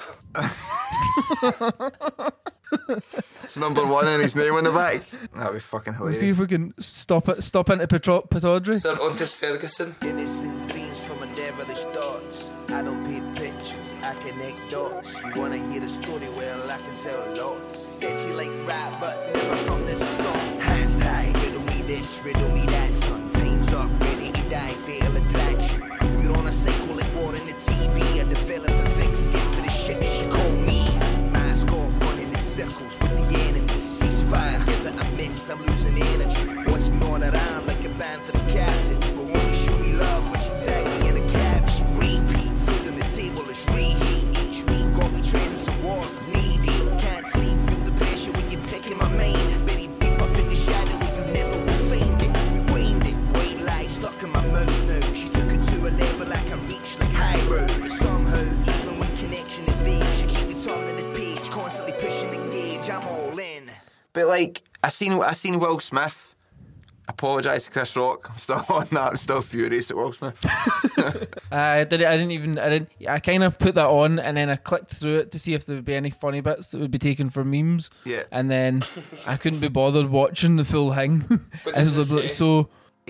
Speaker 1: Number one and his name on the back. That'd be fucking hilarious.
Speaker 2: See if we can stop it. Stop into Petro- Pataudry.
Speaker 3: Sir Otis Ferguson.
Speaker 6: Innocent dreams from a devilish thoughts. I don't paint pictures, I connect dots. You wanna hear the story? Well, I can tell lots. Said she like rap, but never from the Scots. Hands tied, riddle me this, riddle me that. Son, teams up, ready to die, fatal attraction. We're on a cycle like war in the TV. I developed a thick skin for the shit that she call me. Mask off, running in circles with the enemy. Ceasefire, give that I miss, I'm losing energy. Wants me on around like a band for the captain. But when you show me love, when she tag me in a caption. Repeat, food on the table is reheat. Each week, got me training some walls, is knee deep. Can't sleep, feel the pressure when you're picking my main. Buried deep up in the shadow where you never will find it. Rewind it, white lies stuck in my mouth now. She took it to a level I can reach like high road. But somehow, even when connection is vague, she keep the tongue in the page, constantly pushing the gauge. I'm all in.
Speaker 1: But like, I seen I seen Will Smith apologise to Chris Rock. I'm still on that. I'm still furious at Will Smith.
Speaker 2: Uh, I did. I didn't even. I didn't. I kind of put that on, and then I clicked through it to see if there would be any funny bits that would be taken for memes.
Speaker 1: Yeah.
Speaker 2: And then I couldn't be bothered watching the full thing. I
Speaker 3: does it
Speaker 2: was like,
Speaker 3: say?
Speaker 2: so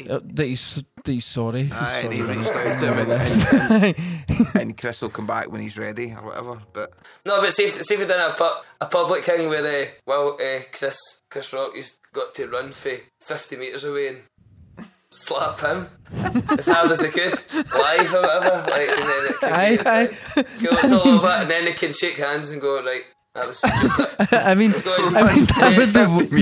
Speaker 2: uh, that he's that he's sorry. He's
Speaker 1: Aye, and
Speaker 2: sorry.
Speaker 1: he reached out to him, and, and, and Chris will come back when he's ready or whatever. But
Speaker 3: No, but see if, see if we done a, pu- a public thing where, uh, well, uh, Chris Chris Rock used got to run for 50 metres away and slap him as hard as he could, live or whatever. Like, and then it can
Speaker 2: Aye,
Speaker 3: be,
Speaker 2: aye.
Speaker 3: Like, cool, it's all over, and then they can shake hands and go, right, that was stupid.
Speaker 2: I mean,
Speaker 3: going
Speaker 2: I mean, that would be,
Speaker 1: I mean,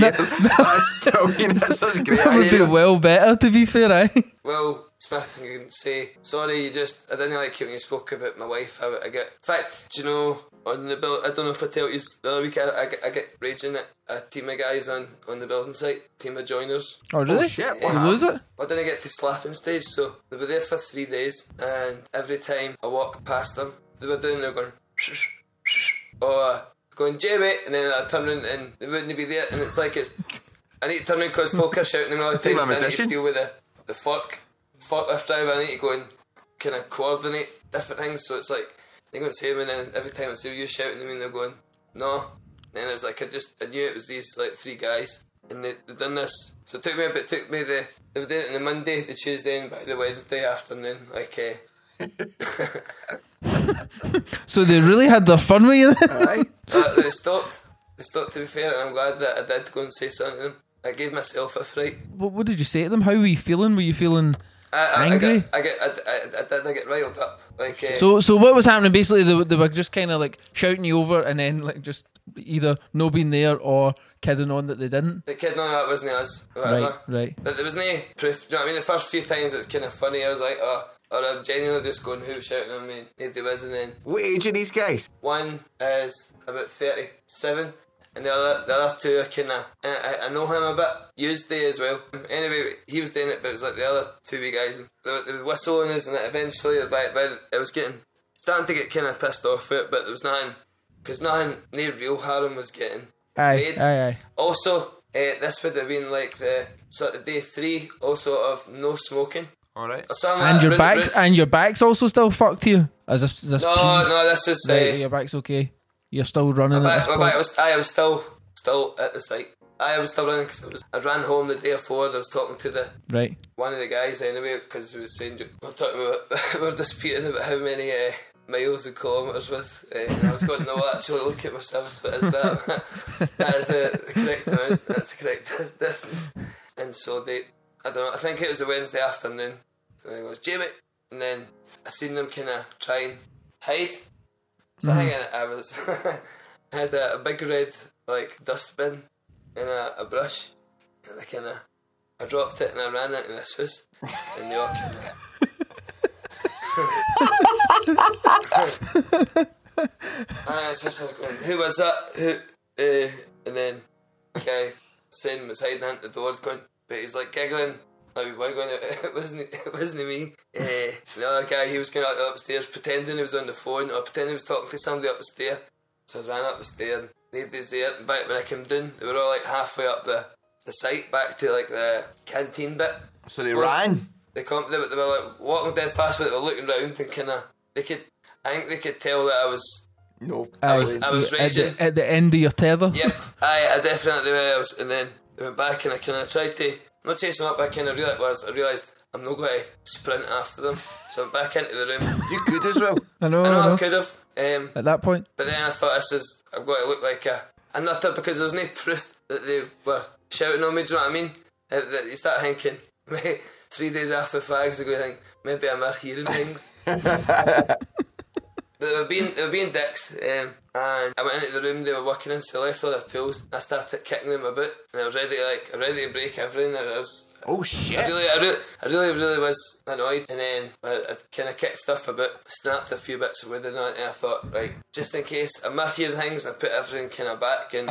Speaker 1: that's brilliant. That's such a great
Speaker 2: that would do
Speaker 1: idea.
Speaker 2: well better. To be fair, eh?
Speaker 1: Oh,
Speaker 2: I.
Speaker 3: Well, Smith you can say, sorry, you just, I didn't like it when you spoke about my wife, how I get, in fact, do you know, on the bill, I don't know if I tell you, the other week I, I, get- I get raging at a team of guys on, on the building site, team of joiners.
Speaker 2: Oh really?
Speaker 1: shit,
Speaker 2: you
Speaker 1: what
Speaker 2: lose it?
Speaker 3: I didn't get to slapping stage, so they were there for three days, and every time I walked past them, they were doing, they were going, or going, Jamie, and then I turn around and they wouldn't be there, and it's like it's, I need to turn around because folk are shouting at me all the time,
Speaker 1: Team of
Speaker 3: so I need to
Speaker 1: magicians.
Speaker 3: deal with the, the fork, forklift driver, I need to go and kind of coordinate different things, so it's like, they go and see him, and then every time I see you shouting at me, and they're going, no, and I was like, I just, I knew it was these like three guys, and they they done this. So it took me a bit. Took me the they were doing it on the Monday, the Tuesday, and by the Wednesday afternoon, like uh,
Speaker 2: So they really had their fun with you. then?
Speaker 1: Aye.
Speaker 3: uh, they stopped. They stopped to be fair, and I'm glad that I did go and say something to them. I gave myself a fright.
Speaker 2: what, what did you say to them? How were you feeling? Were you feeling?
Speaker 1: Uh,
Speaker 3: I, I, I
Speaker 2: Angry?
Speaker 3: get, I get, I, I, I did. I get riled up. Like uh,
Speaker 2: So, so what was happening? Basically, they, were- they were just kind of like shouting you over, and then like just either no being there or kidding on that they didn't.
Speaker 3: the kid, no, that wasn't us. Whatever.
Speaker 2: Right, right.
Speaker 3: But there was no proof. Do you know what I mean? The first few times it was kind of funny. I was like, oh, or I'm genuinely just going, who's shouting at me? Nobody was, and then
Speaker 1: What age are these guys?
Speaker 3: One is about 37, and the other, the other two are kind of. I, I know him a bit. Used day as well. Anyway, he was doing it, but it was like the other two wee guys. and They, were- they were whistling us, and eventually, by, by the, it was getting starting to get kind of pissed off with it, but there was nothing because nothing near real harm was getting.
Speaker 2: Aye,
Speaker 3: made.
Speaker 2: aye, aye.
Speaker 3: Also, uh, this would have been like the sort of day three, also of no smoking.
Speaker 1: All right.
Speaker 3: Or something like
Speaker 2: And
Speaker 3: that.
Speaker 2: your
Speaker 3: Round-
Speaker 2: back,
Speaker 3: round-
Speaker 2: and your back's also still fucked here. As if this
Speaker 3: No, no, this is.
Speaker 2: Right,
Speaker 3: Uh,
Speaker 2: your back's okay. You're still running.
Speaker 3: But,
Speaker 2: at this
Speaker 3: but, but I
Speaker 2: point.
Speaker 3: was, I was still, still at the site. I was still running because I, was- I ran home the day before. And I was talking to the
Speaker 2: Right.
Speaker 3: one of the guys anyway because he was saying we're talking about we we're disputing about how many uh, miles and kilometres was, uh, and I was going, no, actually look at myself. So is that that is the, the correct amount? That's the correct distance. And so they, I don't know. I think it was a Wednesday afternoon. And I goes, Jamie, and then I seen them kind of try and hide. So hang on, I was I had a, a big red like dustbin and a, a brush, and I kind of I dropped it and I ran into this house, and they all came out. Aye, Ah, it's just like, who was that? Who? Uh, and then the guy saying was hiding at the door, going, but he's like giggling. Like, we're going to, it wasn't, it wasn't me. Uh, the other guy, he was going out upstairs pretending he was on the phone or pretending he was talking to somebody upstairs. So I ran up the stair, nobody was there, and back when I came down, they were all like halfway up the, the site, back to like the canteen bit.
Speaker 1: So they
Speaker 3: Was-
Speaker 1: ran.
Speaker 3: They come, they, were- they were like walking dead fast, but they were looking round and kind of, they could, I think they could tell that I was
Speaker 1: No.
Speaker 2: I
Speaker 3: was- I was
Speaker 2: at, the,
Speaker 3: raging.
Speaker 2: at the end of your tether.
Speaker 3: Yep, I, I definitely was. And then I went back and I kind of tried to, not chase them up, but I kind of realised, was, I realised I'm not going to sprint after them. So I'm back into the room.
Speaker 1: You could as well.
Speaker 2: I know,
Speaker 3: I know
Speaker 2: I know.
Speaker 3: I could have, um,
Speaker 2: At that point,
Speaker 3: but then I thought this is, I've got to look like a, a nutter because there's no proof that they were shouting on me, do you know what I mean? Uh, that you start thinking, three days after fags, I go think, maybe I'm out hearing things. But they were being they were being dicks, um, and I went into the room they were working in, so I left all their tools. And I started kicking them about, and I was ready to like I was ready to break everything. and I was
Speaker 1: Oh
Speaker 3: I
Speaker 1: shit.
Speaker 3: really, I really, I really, really was annoyed, and then I, I kind of kicked stuff a bit, snapped a few bits of wood in it, and I thought, right, just in case I'm not hearing things, I put everything kind of back and.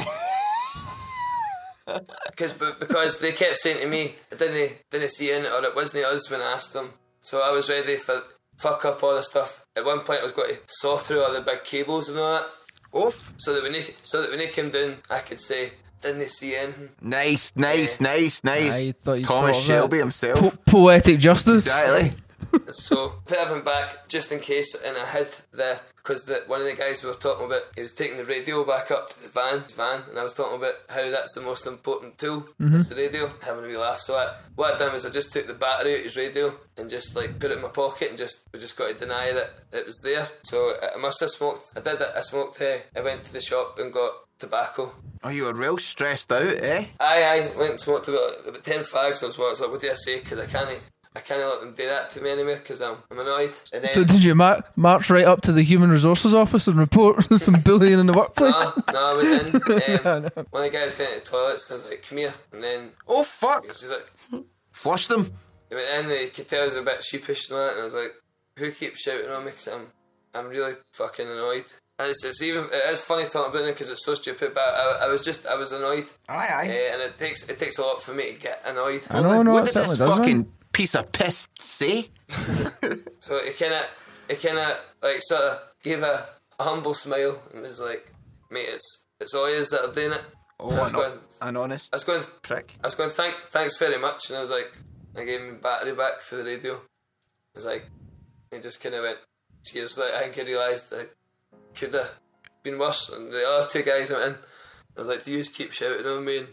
Speaker 3: Because because they kept saying to me, I didn't didn't see in it or it wasn't us when I asked them, so I was ready for fuck up all the stuff. At one point, I was going to saw through all the big cables and all that,
Speaker 1: Off.
Speaker 3: so that when they, so that when they came down, I could say didn't see anything.
Speaker 1: Nice, nice, nice,
Speaker 2: I
Speaker 1: nice.
Speaker 2: thought you
Speaker 1: Thomas
Speaker 2: thought that-
Speaker 1: Shelby himself.
Speaker 2: po- poetic justice.
Speaker 1: Exactly.
Speaker 3: So put everything back just in case, and I hid the because the, one of the guys we were talking about, he was taking the radio back up to the van, van, and I was talking about how that's the most important tool. It's the radio. Having a wee laugh. So I, what I done was I just took the battery out of his radio and just like put it in my pocket and just we just got to deny that it was there. So I- I must have smoked. I did it. I smoked. Uh, I went to the shop and got tobacco.
Speaker 1: Oh, you were real stressed out, eh?
Speaker 3: Aye, aye, went and smoked about, about 10 fags and I was like, what do I say? Because I can't, I can't let them do that to me anymore because I'm, I'm annoyed. And then,
Speaker 2: So did you ma- march right up to the human resources office and report some bullying in the workplace?
Speaker 3: no, no, I went in. Um, One of the guys going to the toilets and I was like, come here. And then
Speaker 1: Oh fuck!
Speaker 3: he's like,
Speaker 1: Flush them.
Speaker 3: he went in and he could tell he was a bit sheepish and all that. And I was like, who keeps shouting on me? Because I'm, I'm really fucking annoyed. And it's, it's even, it is funny talking about it because it's so stupid, but I, I was just, I was annoyed.
Speaker 1: Aye,
Speaker 3: Uh,
Speaker 1: aye.
Speaker 3: and it takes, it takes a lot for me to get annoyed.
Speaker 2: I know, no,
Speaker 1: what did
Speaker 2: it certainly
Speaker 1: this
Speaker 2: does.
Speaker 1: fucking piece of piss say?
Speaker 3: So it kind of, it kind of like sort of gave a, a humble smile and was like, "Mate, it's it's all yous that are doing it."
Speaker 1: Oh,
Speaker 3: I was
Speaker 1: an,
Speaker 3: going,
Speaker 1: an honest
Speaker 3: I was going,
Speaker 1: prick.
Speaker 3: I was going, thank, thanks very much, and I was like, I gave him battery back for the radio. I was like, he just kind of went, "Cheers!" Like I think he realised that could have been worse. And the other two guys went in. I was like, "Do you just keep shouting on me?" And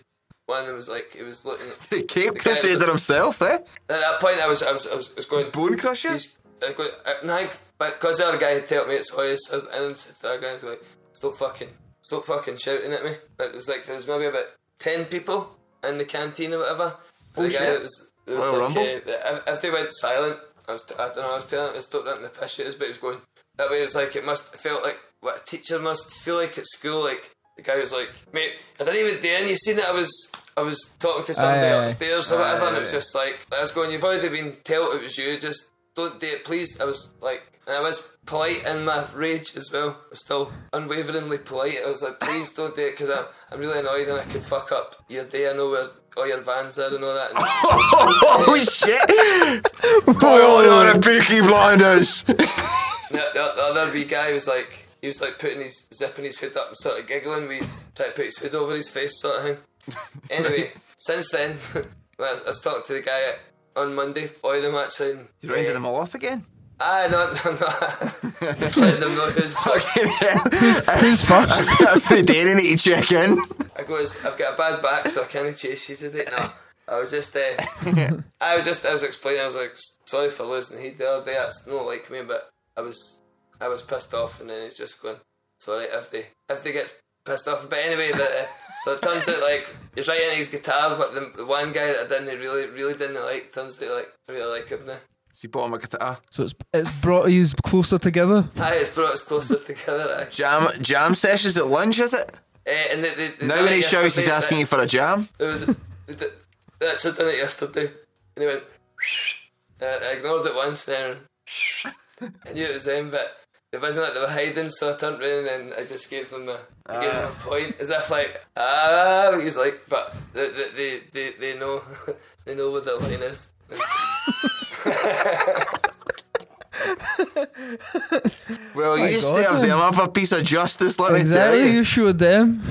Speaker 3: one of them was like, he was looking.
Speaker 1: The Cape
Speaker 3: The guy
Speaker 1: Crusader
Speaker 3: that-
Speaker 1: himself, eh?
Speaker 3: At that point, I was, I was, I was, I was going
Speaker 1: Bone crusher?
Speaker 3: He's, I go, I, no, I, but because the other guy had told me it's always, uh, and the other guy's like, stop fucking, stop fucking shouting at me. But it was like there was maybe about ten people in the canteen or whatever. the guy
Speaker 1: Oh, shit.
Speaker 3: that was, there was
Speaker 1: Royal
Speaker 3: like,
Speaker 1: Rumble?
Speaker 3: uh, the- if- if they went silent, I was, t- I don't know, I was telling him to stop letting the piss shooters, but he was going that way. It was like it must it felt like what a teacher must feel like at school. Like the guy was like, mate, I didn't even dare. And you seen that I was. I was talking to somebody
Speaker 2: Aye, aye.
Speaker 3: upstairs or whatever, and it was just like I was going. You've already been told it was you. Just don't do it, please. I was like, and I was polite in my rage as well. I was still unwaveringly polite. I was like, please don't do it because I'm I'm really annoyed and I could fuck up your day. I know where all your vans are and all that. And
Speaker 1: oh shit! Boy, oh, on a Peaky Blinders.
Speaker 3: the, the, the other wee guy was like, he was like putting his zipping his hood up and sort of giggling. We trying to put his hood over his face, sort of thing. Anyway, since then, well, I was, I was talking to the guy on Monday, oil them actually. and,
Speaker 1: You rounded
Speaker 3: eh,
Speaker 1: them all up again.
Speaker 3: Ah, no, no, no. Just letting them know who's fucking.
Speaker 2: Who's first?
Speaker 1: if they didn't need to check in.
Speaker 3: I goes, I've got a bad back, so I can't chase you today. No, I was just, uh, I was just, I was explaining. I was like, sorry for losing heat the other day. That's not like me, but I was, I was pissed off, and then it's just going, sorry if they, if they get pissed off. But anyway, that, uh, so it turns out like he's right into his guitar, but the, the one guy that I didn't really, really didn't like turns out like I really like him now.
Speaker 1: She bought him a guitar.
Speaker 2: So it's it's brought you closer together.
Speaker 3: Aye, it's brought us closer together. Aye.
Speaker 1: Jam jam sessions at lunch, is it?
Speaker 3: Uh, and the, the, the
Speaker 1: Now when he
Speaker 3: night
Speaker 1: shouts, he's
Speaker 3: yesterday,
Speaker 1: asking you for a jam.
Speaker 3: It was that's what done it yesterday. And he went and I ignored it once then and I knew it was him but It wasn't like they were hiding, so I turned round and I just gave them a, I gave them a point, as if like, ah, but he's like, but they, they, they, they, they know, they know what their line is.
Speaker 1: Well, you
Speaker 2: God.
Speaker 1: served them up a piece of justice, let me tell
Speaker 2: Exactly,
Speaker 1: you.
Speaker 2: you showed them.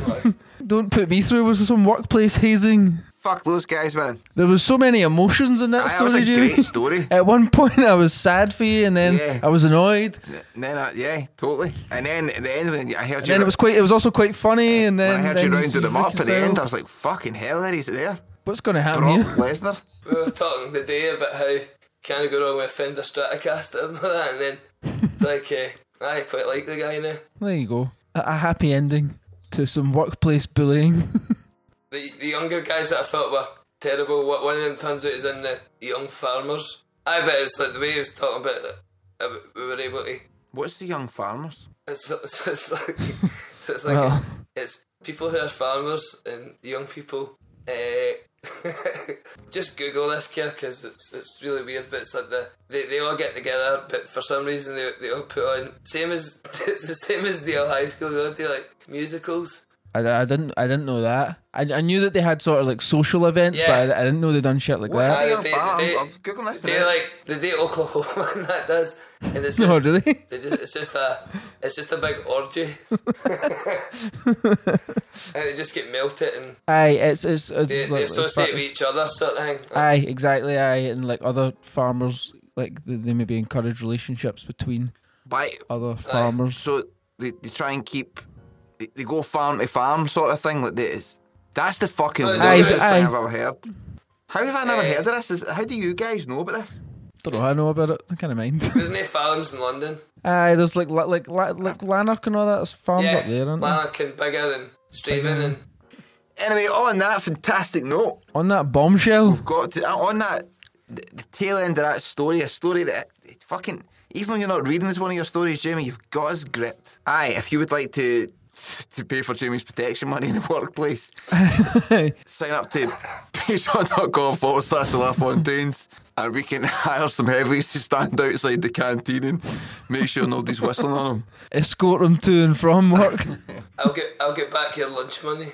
Speaker 2: Don't put me through with some workplace hazing.
Speaker 1: Fuck those guys, man.
Speaker 2: There was so many emotions in that
Speaker 1: Aye, that
Speaker 2: story,
Speaker 1: was a
Speaker 2: Jamie.
Speaker 1: great story.
Speaker 2: At one point, I was sad for you, and then
Speaker 1: Yeah.
Speaker 2: I was annoyed.
Speaker 1: And then, I, yeah, totally. And then at the end, when I heard
Speaker 2: And then
Speaker 1: you,
Speaker 2: it was quite. It was also quite funny, and then
Speaker 1: when I heard
Speaker 2: then
Speaker 1: you
Speaker 2: you
Speaker 1: rounded them up at the
Speaker 2: reconciled.
Speaker 1: end, I was like, fucking hell, there he's there.
Speaker 2: What's going to happen
Speaker 1: Brock
Speaker 2: here?
Speaker 1: Lesnar.
Speaker 3: we were talking today about how can I go wrong with a Fender Stratocaster and all that, and then it's like, uh, I quite like the guy now.
Speaker 2: There you go. A, a happy ending to some workplace bullying.
Speaker 3: The, the younger guys that I felt were terrible, one one of them turns out is in the Young Farmers. I bet it was like the way he was talking about it, uh, we were able to.
Speaker 1: What's the young farmers?
Speaker 3: It's, it's, it's like, so it's, like
Speaker 2: Well.
Speaker 3: it's people who are farmers and young people. Uh, just Google this, kid, because it's it's really weird. But it's like the they, they all get together, but for some reason they they all put on same as it's the same as Neil High School. They all do like musicals.
Speaker 2: I, I didn't. I didn't know that. I, I knew that they had sort of like social events,
Speaker 3: Yeah.
Speaker 2: but I, I didn't know they done shit like
Speaker 1: What?
Speaker 2: that.
Speaker 1: Aye,
Speaker 3: Uh,
Speaker 1: young
Speaker 3: they-
Speaker 1: farm-
Speaker 3: they-
Speaker 1: I'm- I'm Googling this
Speaker 3: They
Speaker 1: now.
Speaker 3: like the day Oklahoma and that does, and it's just,
Speaker 2: No, really?
Speaker 3: they just- it's just a it's just a big orgy. and they just get melted and
Speaker 2: Aye, it's it's, it's
Speaker 3: they,
Speaker 2: like,
Speaker 3: they
Speaker 2: it's
Speaker 3: associate
Speaker 2: fuck-
Speaker 3: with each other sort of thing.
Speaker 2: Aye,
Speaker 3: That's-
Speaker 2: exactly. Aye, and like other farmers, like they, they maybe encourage relationships between
Speaker 1: By,
Speaker 2: other farmers.
Speaker 1: so they, they try and keep, they, they go farm to farm sort of thing. Like this. That's the fucking
Speaker 3: Aye,
Speaker 1: weirdest
Speaker 3: aye,
Speaker 1: thing
Speaker 2: aye.
Speaker 1: I've ever heard. How have I never heard of this? Is- How do you guys know about this?
Speaker 2: Don't know. how I know about it. I kind of mind.
Speaker 3: There's no farms in London.
Speaker 2: Aye, there's like la- like la- like Lanark and all that. There's farms
Speaker 3: yeah,
Speaker 2: up there, aren't there?
Speaker 3: Lanark and Bigger and Straven and
Speaker 1: Anyway, on that fantastic note,
Speaker 2: On that bombshell.
Speaker 1: we've got to, uh, on that the, the tail end of that story, a story that it fucking even when you're not reading as one of your stories, Jamie, you've got us gripped. Aye, if you would like to to pay for Jamie's protection money in the workplace, sign up to patreon.com forward slash the La Fontaines and we can hire some heavies to stand outside the canteen and make sure nobody's whistling on them.
Speaker 2: Escort them to and from work.
Speaker 3: I'll get I'll get back your lunch money.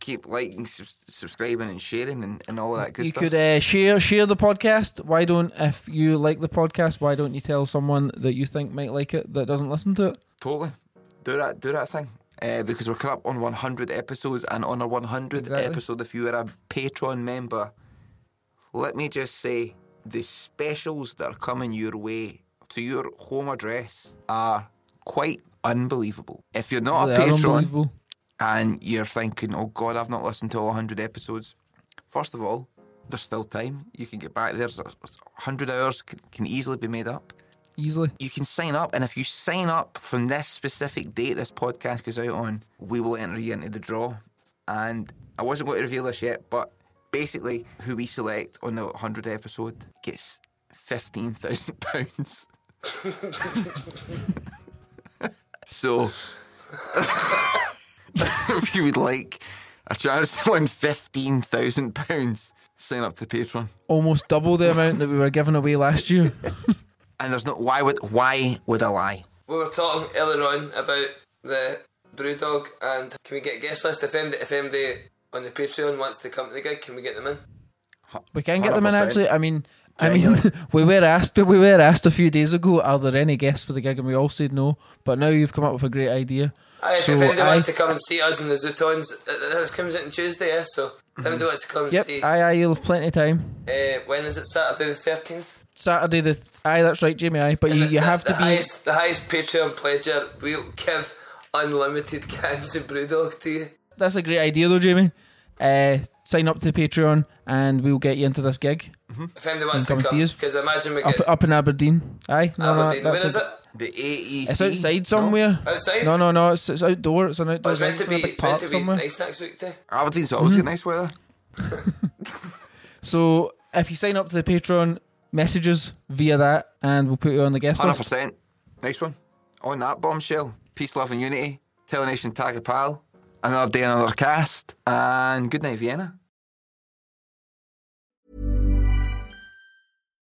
Speaker 1: Keep liking, subs subscribing, and sharing, and, and all that good
Speaker 2: you
Speaker 1: stuff.
Speaker 2: could uh, share share the podcast. Why don't if you like the podcast? Why don't you tell someone that you think might like it that doesn't listen to it?
Speaker 1: Totally. Do that. Do that thing. Uh, because we're coming up on 100 episodes, and on our 100th
Speaker 2: Exactly.
Speaker 1: episode, if you are a Patreon member, let me just say the specials that are coming your way to your home address are quite unbelievable. If you're not
Speaker 2: They
Speaker 1: a
Speaker 2: are
Speaker 1: Patreon
Speaker 2: unbelievable.
Speaker 1: and you're thinking, oh God, I've not listened to all 100 episodes, first of all, there's still time. You can get back. There's 100 hours can, can easily be made up
Speaker 2: Easily.
Speaker 1: you can sign up, and if you sign up from this specific date this podcast goes out on, we will enter you into the draw. And I wasn't going to reveal this yet, but basically, who we select on the 100th episode gets fifteen thousand pounds. so, if you would like a chance to win fifteen thousand pounds, sign up to Patreon.
Speaker 2: Almost double the amount that we were giving away last year.
Speaker 1: And there's no why would why would I lie?
Speaker 3: We were talking earlier on about the Brewdog and can we get a guest list if MD, if MD on the Patreon wants to come to the gig? Can we get them in?
Speaker 2: We can get them in
Speaker 1: 100%.
Speaker 2: actually. I mean, I
Speaker 1: Yeah,
Speaker 2: mean, we were asked. We were asked a few days ago. Are there any guests for the gig? And we all said no. But now you've come up with a great idea.
Speaker 3: Aye, Uh, if,
Speaker 2: So
Speaker 3: if MD wants
Speaker 2: I-
Speaker 3: to come and see us in the Zootons, uh, this comes out on Tuesday, yeah. So if MD wants to come and
Speaker 2: Yep.
Speaker 3: see,
Speaker 2: Aye, aye. You'll have plenty of time.
Speaker 3: uh, when is it? Saturday the thirteenth.
Speaker 2: Saturday the. Th- aye, that's right, Jamie. Aye, but you,
Speaker 3: The-
Speaker 2: you
Speaker 3: the-
Speaker 2: have to
Speaker 3: the
Speaker 2: be.
Speaker 3: highest, the highest Patreon pledger. We'll give unlimited cans of Brewdog to you.
Speaker 2: That's a great idea though, Jamie. Uh, sign up to Patreon and we'll get you into this gig
Speaker 3: If anybody wants
Speaker 2: come and
Speaker 3: to come,
Speaker 2: see us.
Speaker 3: because imagine we
Speaker 2: up
Speaker 3: get
Speaker 2: up in Aberdeen. Aye, no,
Speaker 3: Aberdeen.
Speaker 2: no, that's
Speaker 3: Where is
Speaker 2: a-
Speaker 3: it?
Speaker 1: The E AEC.
Speaker 2: It's outside somewhere.
Speaker 3: Outside?
Speaker 2: No, no, no. It's, it's outdoor. It's an
Speaker 3: Oh,
Speaker 2: outdoor.
Speaker 3: it's meant to
Speaker 2: event in
Speaker 3: be.
Speaker 2: a big
Speaker 3: It's meant
Speaker 2: park
Speaker 3: to be
Speaker 2: somewhere.
Speaker 3: nice next week, eh? too.
Speaker 1: Aberdeen's always got nice weather.
Speaker 2: So if you sign up to the Patreon, messages via that, and we'll put you on the guest
Speaker 1: Hundred
Speaker 2: list.
Speaker 1: percent. Nice one. On that bombshell. Peace, love, and unity. Telenation Tag a Pal. Another day, another cast. And good night, Vienna.